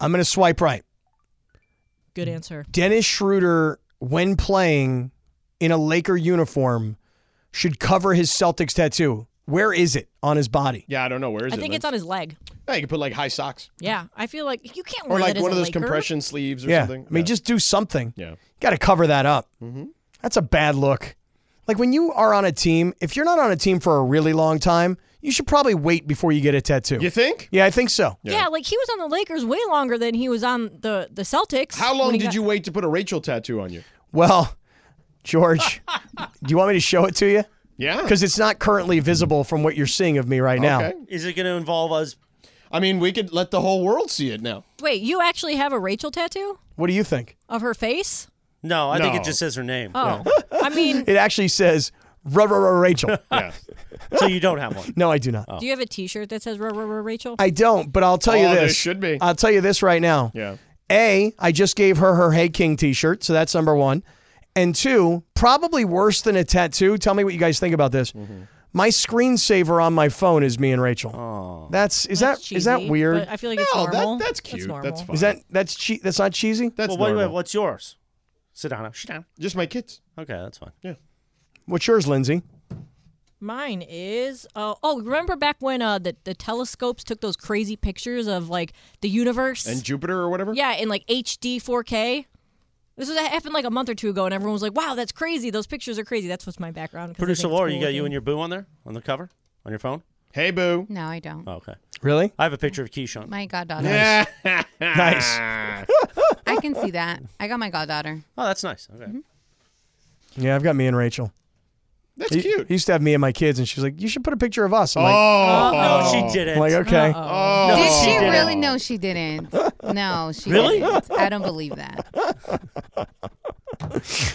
Speaker 4: I'm going to swipe right.
Speaker 2: Hmm.
Speaker 3: Good answer.
Speaker 4: Dennis Schroeder, when playing in a Laker uniform, should cover his Celtics tattoo. Where is it on his body?
Speaker 2: Yeah, I don't know where is
Speaker 3: I
Speaker 2: it.
Speaker 3: think it's on his leg.
Speaker 2: Yeah, you can put like high socks
Speaker 3: Yeah, I feel like you can't
Speaker 2: or
Speaker 3: wear
Speaker 2: like
Speaker 3: that as
Speaker 2: one
Speaker 3: a
Speaker 2: of those
Speaker 3: Laker.
Speaker 2: compression sleeves or
Speaker 4: yeah.
Speaker 2: something.
Speaker 4: I mean,
Speaker 2: yeah.
Speaker 4: just do something.
Speaker 2: yeah. Mm-hmm.
Speaker 4: Got to cover that up. That's a bad look. Like when you are on a team, if you're not on a team for a really long time, you should probably wait before you get a tattoo.
Speaker 2: You think?
Speaker 4: yeah, I think so.
Speaker 3: Yeah. like he was on the Lakers way longer than he was on the the Celtics.
Speaker 2: How
Speaker 3: when
Speaker 2: long
Speaker 3: he
Speaker 2: did
Speaker 3: got-
Speaker 2: you wait to put a Rachel tattoo on you?
Speaker 4: Well, George, <laughs> do you want me to show it to you?
Speaker 2: Yeah.
Speaker 4: Because it's not currently visible from what you're seeing of me right now.
Speaker 2: Okay.
Speaker 1: Is it going to involve us?
Speaker 2: I mean, we could let the whole world see it now.
Speaker 3: Wait, you actually have a Rachel tattoo
Speaker 4: What do you think?
Speaker 3: of her face?
Speaker 1: No, I think it
Speaker 2: No.
Speaker 1: just says her name.
Speaker 3: Oh,
Speaker 2: <laughs>
Speaker 3: I mean,
Speaker 4: It actually says "Rubber Rachel."
Speaker 2: Yeah.
Speaker 1: So you don't have one.
Speaker 4: no, I do not.
Speaker 3: do you have a T-shirt that says "Ra ra ra Rachel"?
Speaker 4: I don't. But I'll tell you
Speaker 2: Oh,
Speaker 4: this.
Speaker 2: there should be.
Speaker 4: I'll tell you this right now.
Speaker 2: yeah.
Speaker 4: A, I just gave her her Hey King T-shirt, so that's number one. And two, probably worse than a tattoo. Tell me what you guys think about this.
Speaker 2: Mm-hmm.
Speaker 4: My screensaver on my phone is me and Rachel.
Speaker 2: Oh.
Speaker 4: That's is that
Speaker 3: That's
Speaker 4: is that
Speaker 3: cheesy,
Speaker 4: weird?
Speaker 3: but I feel like it's
Speaker 2: No, that-
Speaker 3: normal.
Speaker 2: that's cute. That's
Speaker 3: normal.
Speaker 2: fine.
Speaker 4: Is that that's che- <laughs> that's not cheesy?
Speaker 2: That's
Speaker 1: well, wait, wait,
Speaker 2: normal.
Speaker 1: what's yours? Sit down. Sit down.
Speaker 2: Just my kids.
Speaker 1: Okay, that's fine.
Speaker 4: What's yours, Lindsay?
Speaker 3: Mine is uh, oh, remember back when uh, the the telescopes took those crazy pictures of like the universe?
Speaker 2: And Jupiter or whatever?
Speaker 3: yeah, in like HD 4K. This was that happened like a month or two ago, and everyone was like, "Wow, that's crazy! Those pictures are crazy." That's what's my background. 'cause I
Speaker 1: Producer
Speaker 3: think it's
Speaker 1: Laura,
Speaker 3: cool
Speaker 1: you got you
Speaker 3: looking.
Speaker 1: and your boo on there on the cover on your phone.
Speaker 2: Hey, boo.
Speaker 5: No, I don't.
Speaker 1: Oh, okay,
Speaker 4: Really?
Speaker 1: I have a picture of Keyshawn.
Speaker 5: My goddaughter.
Speaker 2: Ah.
Speaker 4: Nice.
Speaker 5: I can see that. I got my
Speaker 4: <laughs>
Speaker 5: goddaughter.
Speaker 1: Oh, that's nice. Okay,
Speaker 4: Yeah, I've got me and Rachel.
Speaker 2: That's
Speaker 4: He,
Speaker 2: cute.
Speaker 4: he used to have me and my kids, and she's like, "You should put a picture of us." I'm like,
Speaker 2: oh.
Speaker 1: no, she did it.
Speaker 4: I'm like okay. Oh,
Speaker 5: Did she
Speaker 1: didn't.
Speaker 5: really? No, she didn't. No, she
Speaker 1: Really?
Speaker 5: didn't. I don't believe
Speaker 4: <laughs>
Speaker 5: that.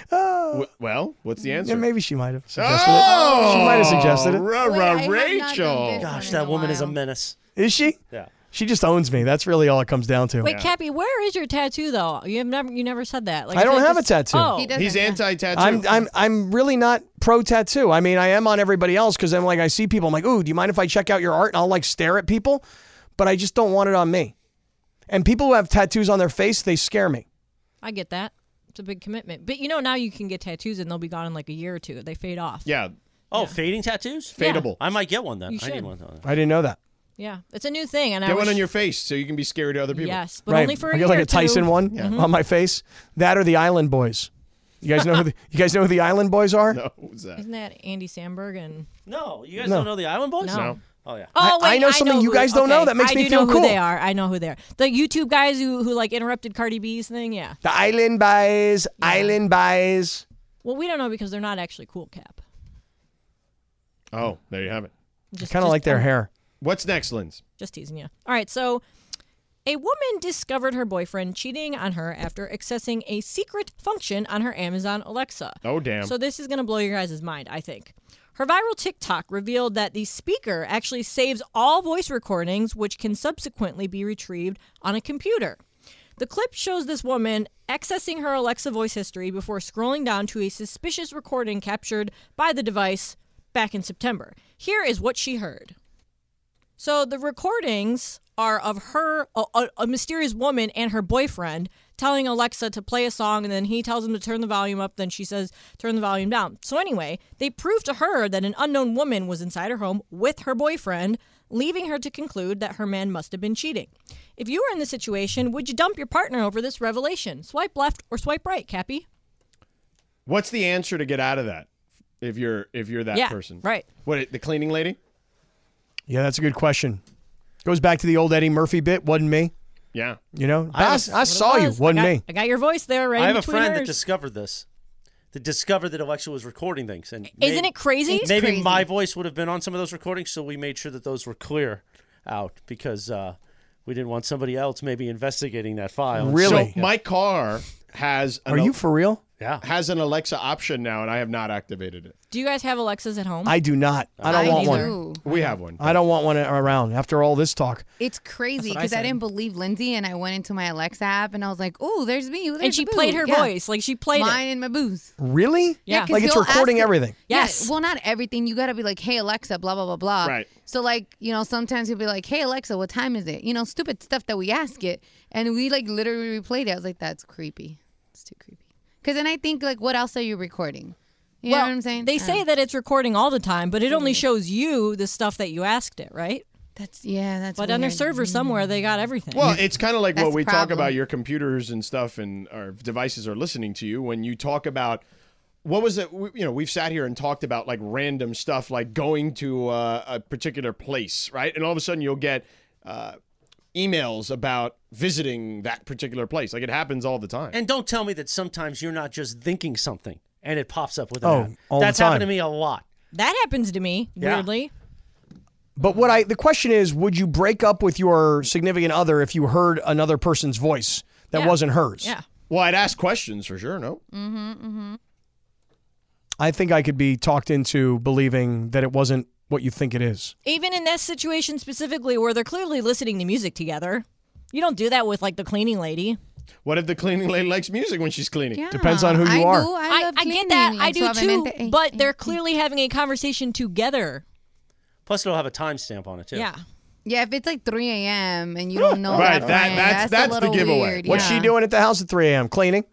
Speaker 4: Oh,
Speaker 2: W- well, what's the answer?
Speaker 4: Yeah, maybe she might have suggested
Speaker 2: oh.
Speaker 4: She might have suggested it.
Speaker 2: Ra-
Speaker 5: Wait, I
Speaker 2: ra-
Speaker 5: have not done
Speaker 2: Rachel.
Speaker 5: this
Speaker 1: Gosh,
Speaker 5: one in
Speaker 1: that woman is a
Speaker 5: while.
Speaker 1: menace.
Speaker 4: it. Is she?
Speaker 1: Yeah.
Speaker 4: She just owns me. That's really all it comes down to.
Speaker 3: Wait, Cappy, where is your tattoo though? You have never you never said that. Like
Speaker 4: I
Speaker 3: feel
Speaker 4: don't
Speaker 3: like
Speaker 4: have a
Speaker 3: this-
Speaker 4: tattoo.
Speaker 3: Oh,
Speaker 5: He doesn't
Speaker 2: He's
Speaker 5: have-
Speaker 2: anti tattoo.
Speaker 4: I'm I'm I'm really not pro tattoo. I mean, I am on everybody else because I'm like I see people. I'm like, ooh, do you mind if I check out your art? And I'll like stare at people, but I just don't want it on me. And people who have tattoos on their face, they scare me.
Speaker 3: I get that. It's a big commitment, but you know now you can get tattoos and they'll be gone in like a year or two. They fade off.
Speaker 2: yeah.
Speaker 1: Oh, fading tattoos.
Speaker 2: Fadeable.
Speaker 1: I might get one then.
Speaker 3: You
Speaker 1: I need
Speaker 3: should.
Speaker 1: one. Though.
Speaker 4: I didn't know that.
Speaker 3: yeah, it's a new thing. And I
Speaker 2: Get one
Speaker 3: wish-
Speaker 2: on your face so you can be scary to other people. <laughs>
Speaker 3: yes, but
Speaker 4: right?
Speaker 3: only for a
Speaker 4: I
Speaker 3: year
Speaker 4: get like
Speaker 3: or
Speaker 4: a Tyson
Speaker 3: two.
Speaker 4: one on my face. That or the Island Boys. You guys know who the, you guys know who the Island Boys are?
Speaker 2: Oh, who's that?
Speaker 3: Isn't that Andy Samberg and
Speaker 1: No, you guys
Speaker 4: No.
Speaker 1: don't know the Island Boys.
Speaker 3: No. No.
Speaker 1: Oh yeah.
Speaker 3: Oh,
Speaker 4: I- I know something you
Speaker 3: who-
Speaker 4: guys don't know that makes
Speaker 3: I
Speaker 4: me
Speaker 3: do
Speaker 4: feel
Speaker 3: know
Speaker 4: cool.
Speaker 3: Who they are? I know who they are. The YouTube guys who who like interrupted Cardi B's thing. Yeah.
Speaker 4: The Island Boys. Island Boys.
Speaker 3: Well, we don't know because they're not actually cool. Cap.
Speaker 2: Oh, there you have it.
Speaker 3: Just
Speaker 4: Kind of
Speaker 3: just-
Speaker 4: like their
Speaker 3: I'm
Speaker 4: hair.
Speaker 2: What's next, Linz?
Speaker 3: Just teasing you. All right, so. A woman discovered her boyfriend cheating on her after accessing a secret function on her Amazon Alexa.
Speaker 2: Oh, damn.
Speaker 3: So this is going to blow your guys' mind, I think. Her viral TikTok revealed that the speaker actually saves all voice recordings, which can subsequently be retrieved on a computer. The clip shows this woman accessing her Alexa voice history before scrolling down to a suspicious recording captured by the device back in September. Here is what she heard. So the recordings are of her, a, a- a mysterious woman, and her boyfriend telling Alexa to play a song, and then he tells him to turn the volume up. Then she says, turn the volume down. So anyway, they prove to her that an unknown woman was inside her home with her boyfriend, leaving her to conclude that her man must have been cheating. If you were in this situation, would you dump your partner over this revelation? Swipe left or swipe right, Cappy?
Speaker 2: What's the answer to get out of that? If you're if you're that
Speaker 3: Yeah,
Speaker 2: person,
Speaker 3: right.
Speaker 2: What the cleaning lady?
Speaker 4: Yeah, that's a good question. Goes back to the old Eddie Murphy bit. Wasn't me.
Speaker 2: Yeah.
Speaker 4: You know, I, I saw you.
Speaker 3: Buzz,
Speaker 4: Wasn't
Speaker 3: I got,
Speaker 4: me.
Speaker 3: I got your voice there, right?
Speaker 1: I have
Speaker 3: in
Speaker 1: a
Speaker 3: between
Speaker 1: friend that
Speaker 3: hers.
Speaker 1: discovered this. That discovered that Alexa was recording things, and
Speaker 3: Isn't
Speaker 1: may-
Speaker 3: it crazy?
Speaker 1: Maybe
Speaker 5: crazy.
Speaker 1: my voice would have been on some of those recordings, so we made sure that those were clear.
Speaker 7: out because uh, we didn't want somebody else maybe investigating that file.
Speaker 4: Really?
Speaker 2: So my car has an
Speaker 4: Are you for real?
Speaker 7: Yeah.
Speaker 2: has an Alexa option now, and I have not activated it.
Speaker 3: Do you guys have Alexas at home?
Speaker 4: I do not. I don't want one.
Speaker 5: do.
Speaker 2: We have one.
Speaker 4: I don't want one around after all this talk.
Speaker 5: It's crazy because I, didn't believe Lindsay, and I went into my Alexa app, and I was like, "Oh, there's me." Ooh,
Speaker 3: and
Speaker 5: there's
Speaker 3: she
Speaker 5: Boo."
Speaker 3: played her
Speaker 5: Yeah.
Speaker 3: voice. Like she played
Speaker 5: Mine
Speaker 3: it.
Speaker 5: and my booze.
Speaker 4: Really?
Speaker 3: Yeah.
Speaker 5: 'cause
Speaker 4: Like it's
Speaker 5: you'll ask
Speaker 4: recording
Speaker 5: it-
Speaker 4: everything.
Speaker 5: Yeah,
Speaker 3: Yes.
Speaker 5: well, not everything. You got to be like, "Hey Alexa," blah blah blah blah.
Speaker 2: Right.
Speaker 5: So like, you know, sometimes you'll be like, "Hey Alexa, what time is it?" You know, stupid stuff that we ask it, and we like literally replayed it. I was like, "That's creepy. It's too creepy." Because then I think like, what else are you recording? You
Speaker 3: well,
Speaker 5: know what I'm saying? Uh,
Speaker 3: They
Speaker 5: I
Speaker 3: say
Speaker 5: don't-
Speaker 3: that it's recording all the time, but it only shows you the stuff that you asked it, right?
Speaker 5: that's yeah, that's.
Speaker 3: But on their
Speaker 5: weird.
Speaker 3: server somewhere, they got everything.
Speaker 2: Well, it's kind of like
Speaker 5: That's
Speaker 2: what
Speaker 5: the
Speaker 2: we talk
Speaker 5: problem.
Speaker 2: about your computers and stuff and our devices are listening to you when you talk about what was it we, you know we've sat here and talked about like random stuff like going to uh, a particular place right and all of a sudden you'll get uh, emails about visiting that particular place like it happens all the time
Speaker 7: And don't tell me that sometimes you're not just thinking something and it pops up with an
Speaker 4: Oh,
Speaker 7: ad.
Speaker 4: all the
Speaker 7: That's happened to
Speaker 4: time.
Speaker 7: me a lot.
Speaker 3: that happens to me,
Speaker 7: Yeah.
Speaker 3: weirdly.
Speaker 4: But what I the question is, would you break up with your significant other if you heard another person's voice that
Speaker 3: Yeah.
Speaker 4: wasn't hers?
Speaker 3: Yeah.
Speaker 2: well i'd ask questions for sure no
Speaker 5: Mm.
Speaker 4: I think I could be talked into believing that it wasn't what you think it is.
Speaker 3: Even in this situation specifically, where they're clearly listening to music together, you don't do that with like the cleaning lady.
Speaker 2: what if the cleaning lady likes music when she's cleaning
Speaker 5: Yeah.
Speaker 4: Depends on who
Speaker 5: I
Speaker 4: you are.
Speaker 5: Do, I,
Speaker 3: I,
Speaker 5: love
Speaker 3: I get
Speaker 5: cleaning,
Speaker 3: that. I
Speaker 5: and eh,
Speaker 3: do
Speaker 5: suavemente-
Speaker 3: too. But they're clearly having a conversation together.
Speaker 7: Plus, it'll have a timestamp on it too.
Speaker 3: Yeah.
Speaker 5: Yeah, if it's like 3 a.m. and you don't know
Speaker 2: Right,
Speaker 5: that,
Speaker 2: that-
Speaker 5: friend,
Speaker 2: that's-
Speaker 5: that's
Speaker 2: that's
Speaker 5: a
Speaker 2: the
Speaker 5: little
Speaker 2: giveaway.
Speaker 5: Weird,
Speaker 4: What's
Speaker 5: yeah.
Speaker 4: she doing at the house at 3 a.m.? Cleaning?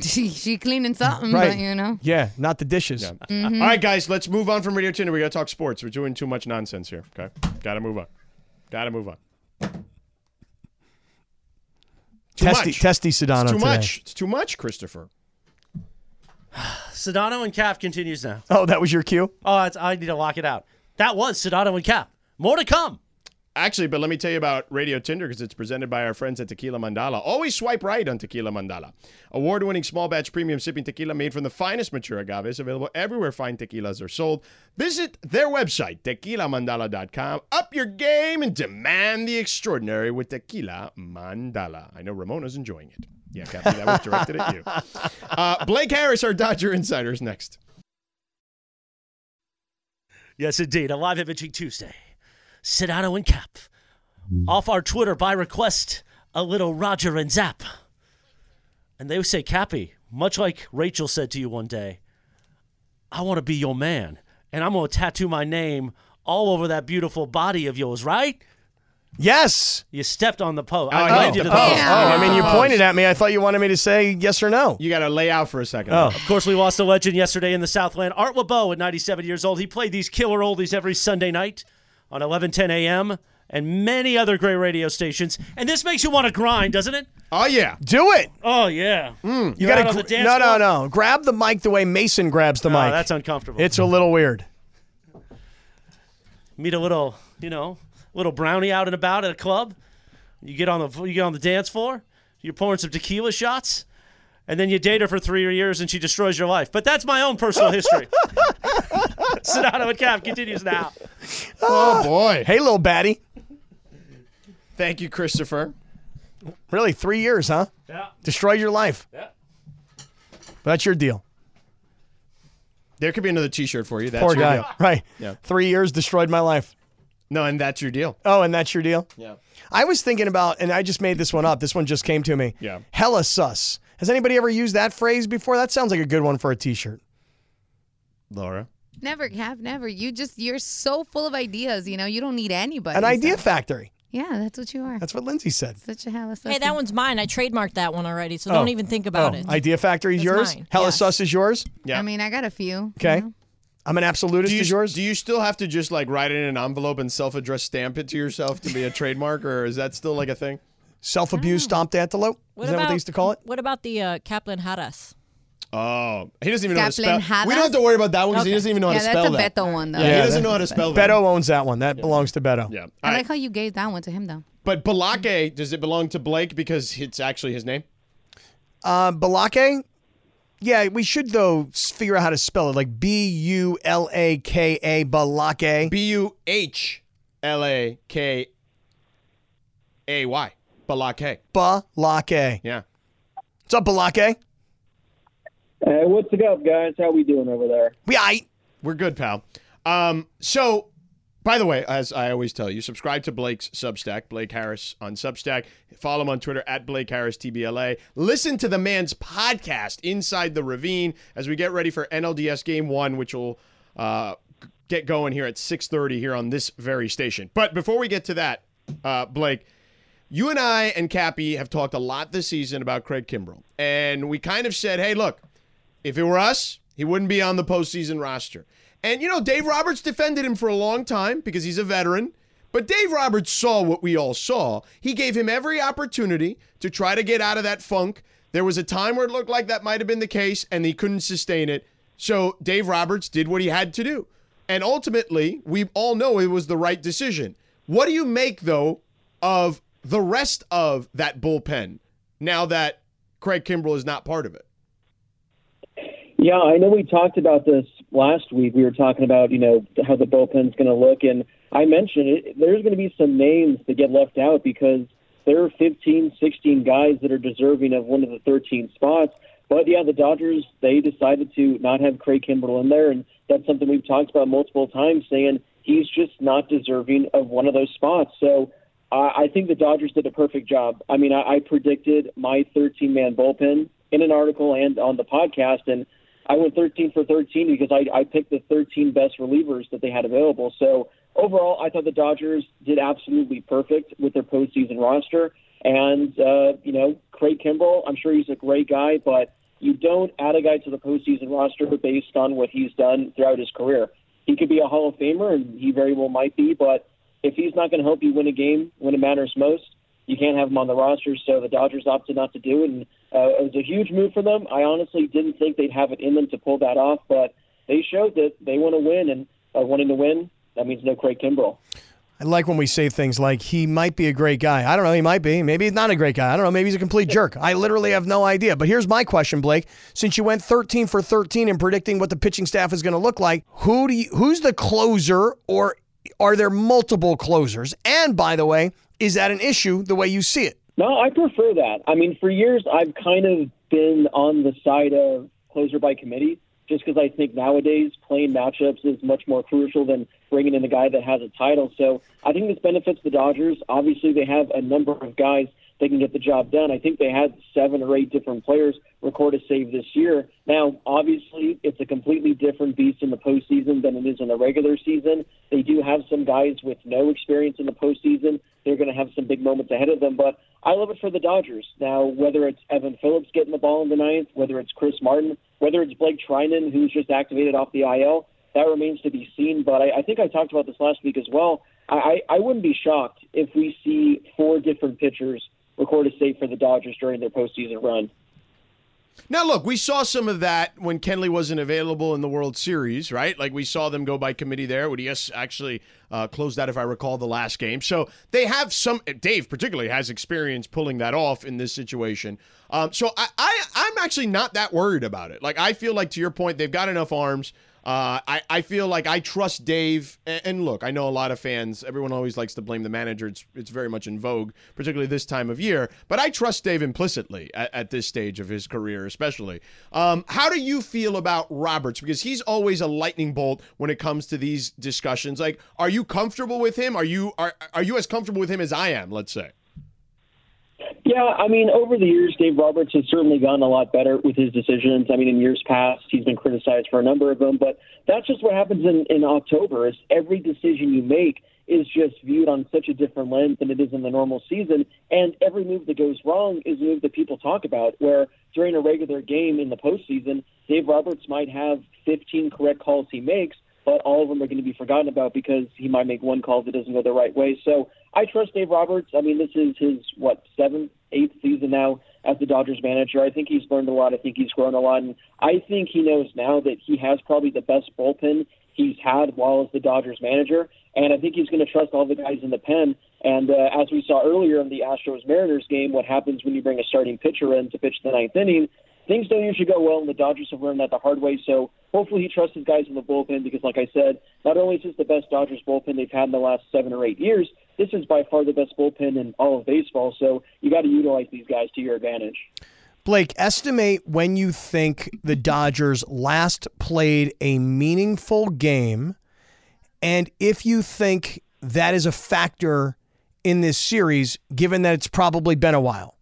Speaker 5: she <laughs> she cleaning something,
Speaker 4: Right.
Speaker 5: but you know.
Speaker 4: Yeah, not the dishes.
Speaker 2: All right, guys, let's move on from Radio Tinder. We got to talk sports. We're doing too much nonsense here. Okay, got to move on. Got to move on. Too
Speaker 4: testy,
Speaker 2: much.
Speaker 4: testy Sedano
Speaker 2: it's too
Speaker 4: today.
Speaker 2: much. It's too much, Christopher.
Speaker 7: Sedano and Cap continues now.
Speaker 4: Oh, that was your cue.
Speaker 7: Oh, it's, I need to lock it out. That was Sedano and Cap. More to come.
Speaker 2: Actually, but let me tell you about Radio Tinder because it's presented by our friends at Tequila Mandala. Always swipe right on Tequila Mandala. Award winning small batch premium sipping tequila made from the finest mature agaves available everywhere fine tequilas are sold. Visit their website, tequilamandala.com. Up your game and demand the extraordinary with Tequila Mandala. I know Ramona's enjoying it. Yeah, Captain, that was directed
Speaker 4: <laughs>
Speaker 2: at you. Uh, Blake Harris, our Dodger Insider, is next.
Speaker 7: Yes, indeed. A live imaging Tuesday. Sedano and Cap. Off our Twitter by request, a little Roger and Zap. And they say, Cappy, much like Rachel said to you one day, I want to be your man. And I'm going to tattoo my name all over that beautiful body of yours, right?
Speaker 4: Yes.
Speaker 7: You stepped on the post.
Speaker 2: Oh,
Speaker 7: I
Speaker 2: I
Speaker 7: led
Speaker 2: hit
Speaker 7: you to
Speaker 2: the
Speaker 7: the post.
Speaker 5: post.
Speaker 4: Oh, I mean, you
Speaker 2: Oh.
Speaker 4: pointed at me. I thought you wanted me to say yes or no.
Speaker 2: You got to lay out for a second.
Speaker 4: Oh.
Speaker 7: Of course, we lost a legend yesterday in the Southland. Art LeBeau at 97 years old. He played these killer oldies every Sunday night on 11:10 a.m. and many other great radio stations. And this makes you want to grind, doesn't it?
Speaker 2: Oh, yeah.
Speaker 4: Do it.
Speaker 7: Oh yeah.
Speaker 4: You
Speaker 7: You're
Speaker 4: gotta
Speaker 7: out on
Speaker 4: gr-
Speaker 7: the dance
Speaker 4: no, no,
Speaker 7: floor?
Speaker 4: no. Grab the mic the way Mason grabs the
Speaker 7: Oh,
Speaker 4: mic.
Speaker 7: that's uncomfortable.
Speaker 4: it's a little weird.
Speaker 7: Meet a little, you know, little brownie out and about at a club. You get on the you get on the dance floor. You're pouring some tequila shots. And then you date her for three years and she destroys your life. But that's my own personal history. Sonato and Cap continues now.
Speaker 2: Oh, boy.
Speaker 4: Hey, little baddie.
Speaker 2: Thank you, Christopher.
Speaker 4: Really, three years, huh?
Speaker 7: Yeah.
Speaker 4: Destroyed your life.
Speaker 7: Yeah.
Speaker 4: That's your deal.
Speaker 2: There could be another T-shirt for you. That's
Speaker 4: Poor
Speaker 2: your
Speaker 4: guy.
Speaker 2: Deal.
Speaker 4: Right.
Speaker 2: Yeah.
Speaker 4: Three years destroyed my life.
Speaker 2: No, and that's your deal.
Speaker 4: Oh, and that's your deal?
Speaker 2: Yeah.
Speaker 4: I was thinking about, and I just made this one up. This one just came to me.
Speaker 2: Yeah.
Speaker 4: Hella sus. Has anybody ever used that phrase before? That sounds like a good one for a t shirt.
Speaker 2: Laura.
Speaker 5: Never have never. You just you're so full of ideas. You know you don't need anybody.
Speaker 4: An
Speaker 5: so-
Speaker 4: idea factory.
Speaker 5: Yeah, that's what you are.
Speaker 4: That's what Lindsay said.
Speaker 5: Such a hell
Speaker 3: Hey, that one's mine. I trademarked that one already, so don't even think about
Speaker 4: Oh,
Speaker 3: it.
Speaker 4: Idea factory is
Speaker 3: That's
Speaker 4: yours.
Speaker 3: mine.
Speaker 4: Hella
Speaker 3: Yes.
Speaker 4: sus is yours.
Speaker 2: Yeah.
Speaker 5: I mean, I got a few.
Speaker 4: Okay.
Speaker 5: You know?
Speaker 4: I'm an absolutist
Speaker 2: Do you,
Speaker 4: is yours.
Speaker 2: do you still have to just like write it in an envelope and self-addressed stamp it to yourself to
Speaker 5: <laughs>
Speaker 2: be a trademark, or is that still like a thing?
Speaker 4: Self abuse stomped antelope. Is that what they used to call it?
Speaker 3: What about the uh, Kaplan Haras?
Speaker 2: Oh, he doesn't even know how to
Speaker 5: Kaplan
Speaker 2: spell.
Speaker 5: Hadas?
Speaker 2: We don't have to worry about that one because he
Speaker 3: Okay.
Speaker 2: doesn't even know
Speaker 5: Yeah,
Speaker 2: how to spell
Speaker 5: that's a
Speaker 2: that.
Speaker 5: Beto one though.
Speaker 2: Yeah, he doesn't
Speaker 4: that-
Speaker 2: know how to spell that.
Speaker 4: Beto owns that one. That belongs to Beto.
Speaker 2: Yeah. All
Speaker 5: I
Speaker 2: right.
Speaker 5: like how you gave that one to him though.
Speaker 2: but Balake, does it belong to Blake because it's actually his name?
Speaker 4: Uh, Balake. Yeah, we should though s- figure out how to spell it. Like B U L A K A Balake.
Speaker 2: B U H L A K A Y. Balake.
Speaker 4: Balake.
Speaker 2: Yeah.
Speaker 4: What's up, Balake?
Speaker 7: Hey, Uh, what's up, guys? How we doing over there?
Speaker 4: We aight.
Speaker 2: We're good, pal. Um, so, by the way, as I always tell you, subscribe to Blake's Substack, Blake Harris on Substack. Follow him on Twitter at Blake Harris TBLA. Listen to the man's podcast, Inside the Ravine, as we get ready for NLDS Game One, which will uh, get going here at 6:30 here on this very station. But before we get to that, uh, Blake. You and I and Cappy have talked a lot this season about Craig Kimbrell. And we kind of said, hey, look, if it were us, he wouldn't be on the postseason roster. And, you know, Dave Roberts defended him for a long time because he's a veteran. But Dave Roberts saw what we all saw. He gave him every opportunity to try to get out of that funk. There was a time where it looked like that might have been the case, and he couldn't sustain it. So Dave Roberts did what he had to do. And ultimately, we all know it was the right decision. What do you make, though, of the rest of that bullpen now that Craig Kimbrell is not part of it?
Speaker 7: Yeah, I know we talked about this last week. We were talking about, you know, how the bullpen's going to look. And I mentioned it, there's going to be some names that get left out because there are 15, 16 guys that are deserving of one of the 13 spots. But yeah, the Dodgers, they decided to not have Craig Kimbrell in there. And that's something we've talked about multiple times, saying he's just not deserving of one of those spots. So I I think the Dodgers did a perfect job. I mean, I, I predicted my 13 man bullpen in an article and on the podcast, and I went 13 for 13 because I, I picked the 13 best relievers that they had available. So overall, I thought the Dodgers did absolutely perfect with their postseason roster. And, uh, you know, Craig Kimbrell, I'm sure he's a great guy, but you don't add a guy to the postseason roster based on what he's done throughout his career. He could be a Hall of Famer, and he very well might be, but if he's not going to help you win a game when it matters most, you can't have him on the roster. So the Dodgers opted not to do it, and uh, it was a huge move for them. I honestly didn't think they'd have it in them to pull that off, but they showed that they want to win, and uh, wanting to win that means no Craig Kimbrell.
Speaker 4: I like when we say things like he might be a great guy. I don't know, he might be. Maybe he's not a great guy. I don't know, maybe he's a complete jerk. I literally have no idea. But here's my question, Blake. Since you went 13 for 13 in predicting what the pitching staff is going to look like, who do you, who's the closer or are there multiple closers? And by the way, is that an issue the way you see it?
Speaker 7: No, I prefer that. I mean, for years I've kind of been on the side of closer by committee, just because I think nowadays playing matchups is much more crucial than bringing in a guy that has a title. So I think this benefits the Dodgers. Obviously, they have a number of guys that can get the job done. I think they had seven or eight different players record a save this year. Now, obviously, it's a completely different beast in the postseason than it is in the regular season. They do have some guys with no experience in the postseason. They're going to have some big moments ahead of them, but I love it for the Dodgers. Now, whether it's Evan Phillips getting the ball in the ninth, whether it's Chris Martin, whether it's Blake Trinan, who's just activated off the IL, that remains to be seen. But I, I think I talked about this last week as well. I, I I wouldn't be shocked if we see four different pitchers record a save for the Dodgers during their postseason run.
Speaker 2: Now, look, we saw some of that when Kenley wasn't available in the World Series, right? Like we saw them go by committee there. Would yes actually uh, closed that, if I recall, the last game. So they have some. Dave particularly has experience pulling that off in this situation. Um, so I, I, I'm actually not that worried about it. Like I feel like to your point, they've got enough arms. Uh, I, I feel like I trust Dave. And, and look, I know a lot of fans, everyone always likes to blame the manager. It's, it's very much in vogue, particularly this time of year. But I trust Dave implicitly at, at this stage of his career, especially. Um, how do you feel about Roberts? Because he's always a lightning bolt when it comes to these discussions. Like, are you comfortable with him? Are you are, are you as comfortable with him as I am, let's say?
Speaker 7: Yeah, I mean, over the years, Dave Roberts has certainly gotten a lot better with his decisions. I mean, in years past, he's been criticized for a number of them, but that's just what happens in, in October. Is every decision you make is just viewed on such a different lens than it is in the normal season, and every move that goes wrong is a move that people talk about. Where during a regular game in the postseason, Dave Roberts might have 15 correct calls he makes, but all of them are going to be forgotten about because he might make one call that doesn't go the right way. So I trust Dave Roberts. I mean, this is his what seventh, eighth season now as the Dodgers manager. I think he's learned a lot. I think he's grown a lot, and I think he knows now that he has probably the best bullpen he's had while as the Dodgers manager. And I think he's going to trust all the guys in the pen. And uh, as we saw earlier in the Astros Mariners game, what happens when you bring a starting pitcher in to pitch the ninth inning? things don't usually go well, and the Dodgers have learned that the hard way. So hopefully he trusts his guys in the bullpen because, like I said, not only is this the best Dodgers bullpen they've had in the last seven or eight years, this is by far the best bullpen in all of baseball. So you got to utilize these guys to your advantage.
Speaker 4: Blake, estimate when you think the Dodgers last played a meaningful game, and if you think that is a factor in this series, given that it's probably been a while.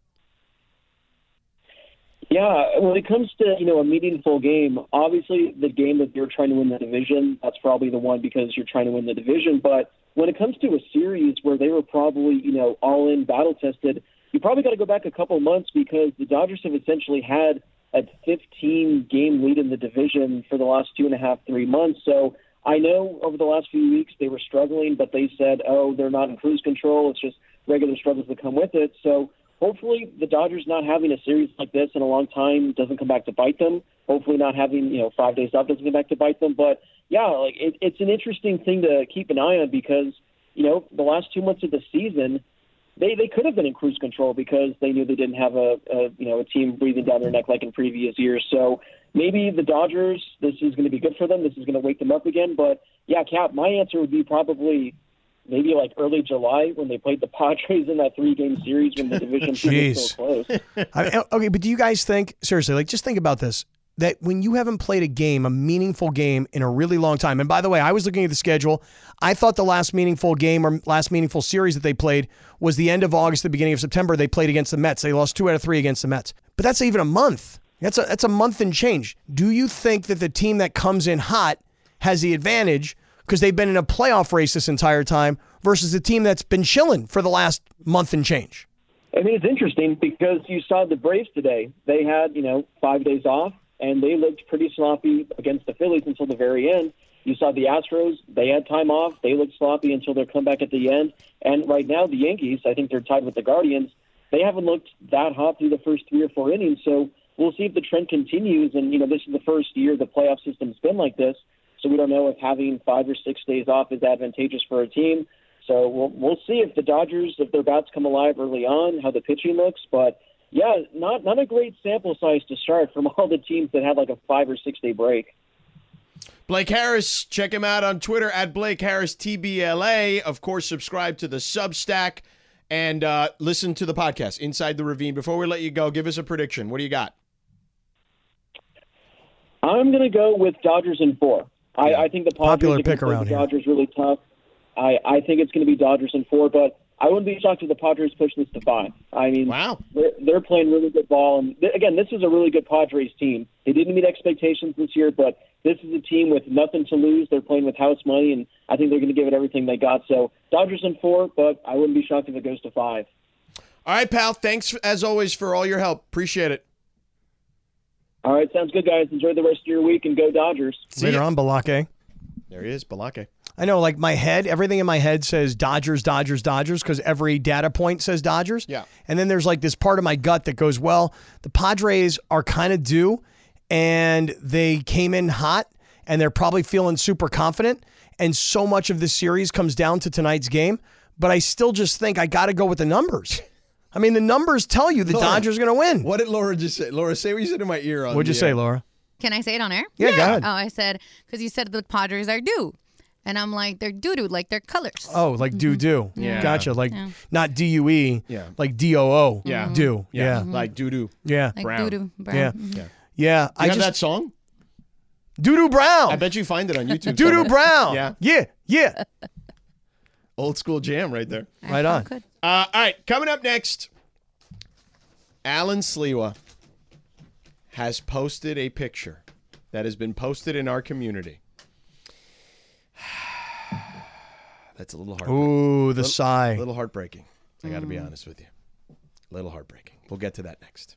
Speaker 7: Yeah, when it comes to you know a meaningful game, obviously the game that you're trying to win the division, that's probably the one because you're trying to win the division. But when it comes to a series where they were probably you know all in battle tested, you probably got to go back a couple months because the Dodgers have essentially had a 15 game lead in the division for the last two and a half three months. So I know over the last few weeks they were struggling, but they said, oh, they're not in cruise control. It's just regular struggles that come with it. So hopefully the Dodgers not having a series like this in a long time doesn't come back to bite them. Hopefully not having you know five days off doesn't come back to bite them. But yeah, like it, it's an interesting thing to keep an eye on because you know the last two months of the season. They, they could have been in cruise control because they knew they didn't have a, a you know a team breathing down their neck like in previous years. So maybe the Dodgers, this is going to be good for them. This is going to wake them up again. But yeah, Cap, my answer would be probably maybe like early July when they played the Padres in that three game series when the division was so close.
Speaker 4: I mean, okay, but do you guys think seriously? Like, just think about this: that when you haven't played a game, a meaningful game, in a really long time. And by the way, I was looking at the schedule. I thought the last meaningful game or last meaningful series that they played was the end of August, the beginning of September. They played against the Mets. They lost two out of three against the Mets. But that's even a month. That's a that's a month and change. Do you think that the team that comes in hot has the advantage? because they've been in a playoff race this entire time versus the team that's been chilling for the last month and change.
Speaker 7: I mean, it's interesting because you saw the Braves today. They had, you know, five days off, and they looked pretty sloppy against the Phillies until the very end. You saw the Astros. They had time off. They looked sloppy until their comeback at the end. And right now, the Yankees, I think they're tied with the Guardians. They haven't looked that hot through the first three or four innings. So we'll see if the trend continues. And, you know, this is the first year the playoff system's been like this. So we don't know if having five or six days off is advantageous for a team. So we'll, we'll see if the Dodgers, if their bats come alive early on, how the pitching looks. But yeah, not not a great sample size to start from <laughs> all the teams that had like a five or six day break.
Speaker 2: Blake Harris, check him out on Twitter at Blake Harris TBLA. Of course, subscribe to the Substack and uh, listen to the podcast Inside the Ravine. Before we let you go, give us a prediction. What do you got?
Speaker 7: I'm going to go with Dodgers in four. I, I think the Padres
Speaker 4: Popular
Speaker 7: are gonna
Speaker 4: pick
Speaker 7: play
Speaker 4: around
Speaker 7: the
Speaker 4: here.
Speaker 7: Dodgers really tough. I, I think it's going to be Dodgers in four, but I wouldn't be shocked if the Padres push this to five. I mean,
Speaker 2: Wow.
Speaker 7: they're, they're playing really good ball, and th- again, this is a really good Padres team. They didn't meet expectations this year, but this is a team with nothing to lose. They're playing with house money, and I think they're going to give it everything they got. So Dodgers in four, but I wouldn't be shocked if it goes to five.
Speaker 2: All right, pal. Thanks as always for all your help. Appreciate it.
Speaker 7: All right, sounds good, guys. Enjoy the rest of your week, and go Dodgers.
Speaker 4: Later on, Balake.
Speaker 2: There he is, Balake.
Speaker 4: I know, like my head, everything in my head says Dodgers, Dodgers, Dodgers, because every data point says Dodgers.
Speaker 2: Yeah.
Speaker 4: And then there's like this part of my gut that goes, well, the Padres are kind of due and they came in hot and they're probably feeling super confident. And so much of this series comes down to tonight's game. But I still just think I got to go with the numbers. I mean, the numbers tell you the
Speaker 2: Laura,
Speaker 4: Dodgers are going to win.
Speaker 2: What did Laura just say? Laura, say what you said in my ear. On
Speaker 4: What'd you
Speaker 2: the uh,
Speaker 4: say,
Speaker 2: air.
Speaker 4: Laura?
Speaker 5: Can I say it on air?
Speaker 4: Yeah, go ahead.
Speaker 5: Oh, I said because you said the Padres are due, and I'm like they're doo doo, like their colors.
Speaker 4: Oh, like do do. Yeah. Gotcha. Like not D U E.
Speaker 2: Yeah.
Speaker 4: Like D O O.
Speaker 2: Yeah.
Speaker 4: Do.
Speaker 2: Yeah,
Speaker 4: Yeah.
Speaker 2: like doo doo.
Speaker 4: Yeah.
Speaker 5: like
Speaker 2: brown.
Speaker 5: doo doo brown.
Speaker 4: Yeah.
Speaker 5: Mhm.
Speaker 4: Yeah.
Speaker 2: Mm-hmm. I
Speaker 4: I
Speaker 2: have
Speaker 4: just
Speaker 2: that song.
Speaker 4: Doo Doo
Speaker 2: I
Speaker 4: Brown.
Speaker 2: bet you find it <laughs> on YouTube.
Speaker 4: Doo Doo
Speaker 2: somewhere.
Speaker 4: Brown.
Speaker 2: Yeah.
Speaker 4: Yeah. Yeah. Oh,
Speaker 2: Old school jam right there.
Speaker 5: I
Speaker 4: Right
Speaker 5: feel
Speaker 4: on.
Speaker 5: Oh, good.
Speaker 2: Uh, all right, coming up next, Alan Sliwa has posted a picture that has been posted in our community. <sighs> That's a little heartbreaking.
Speaker 4: Ooh, the
Speaker 2: A
Speaker 4: sigh. Mm.
Speaker 2: little heartbreaking. I got to be honest with you. A little heartbreaking. We'll get to that next.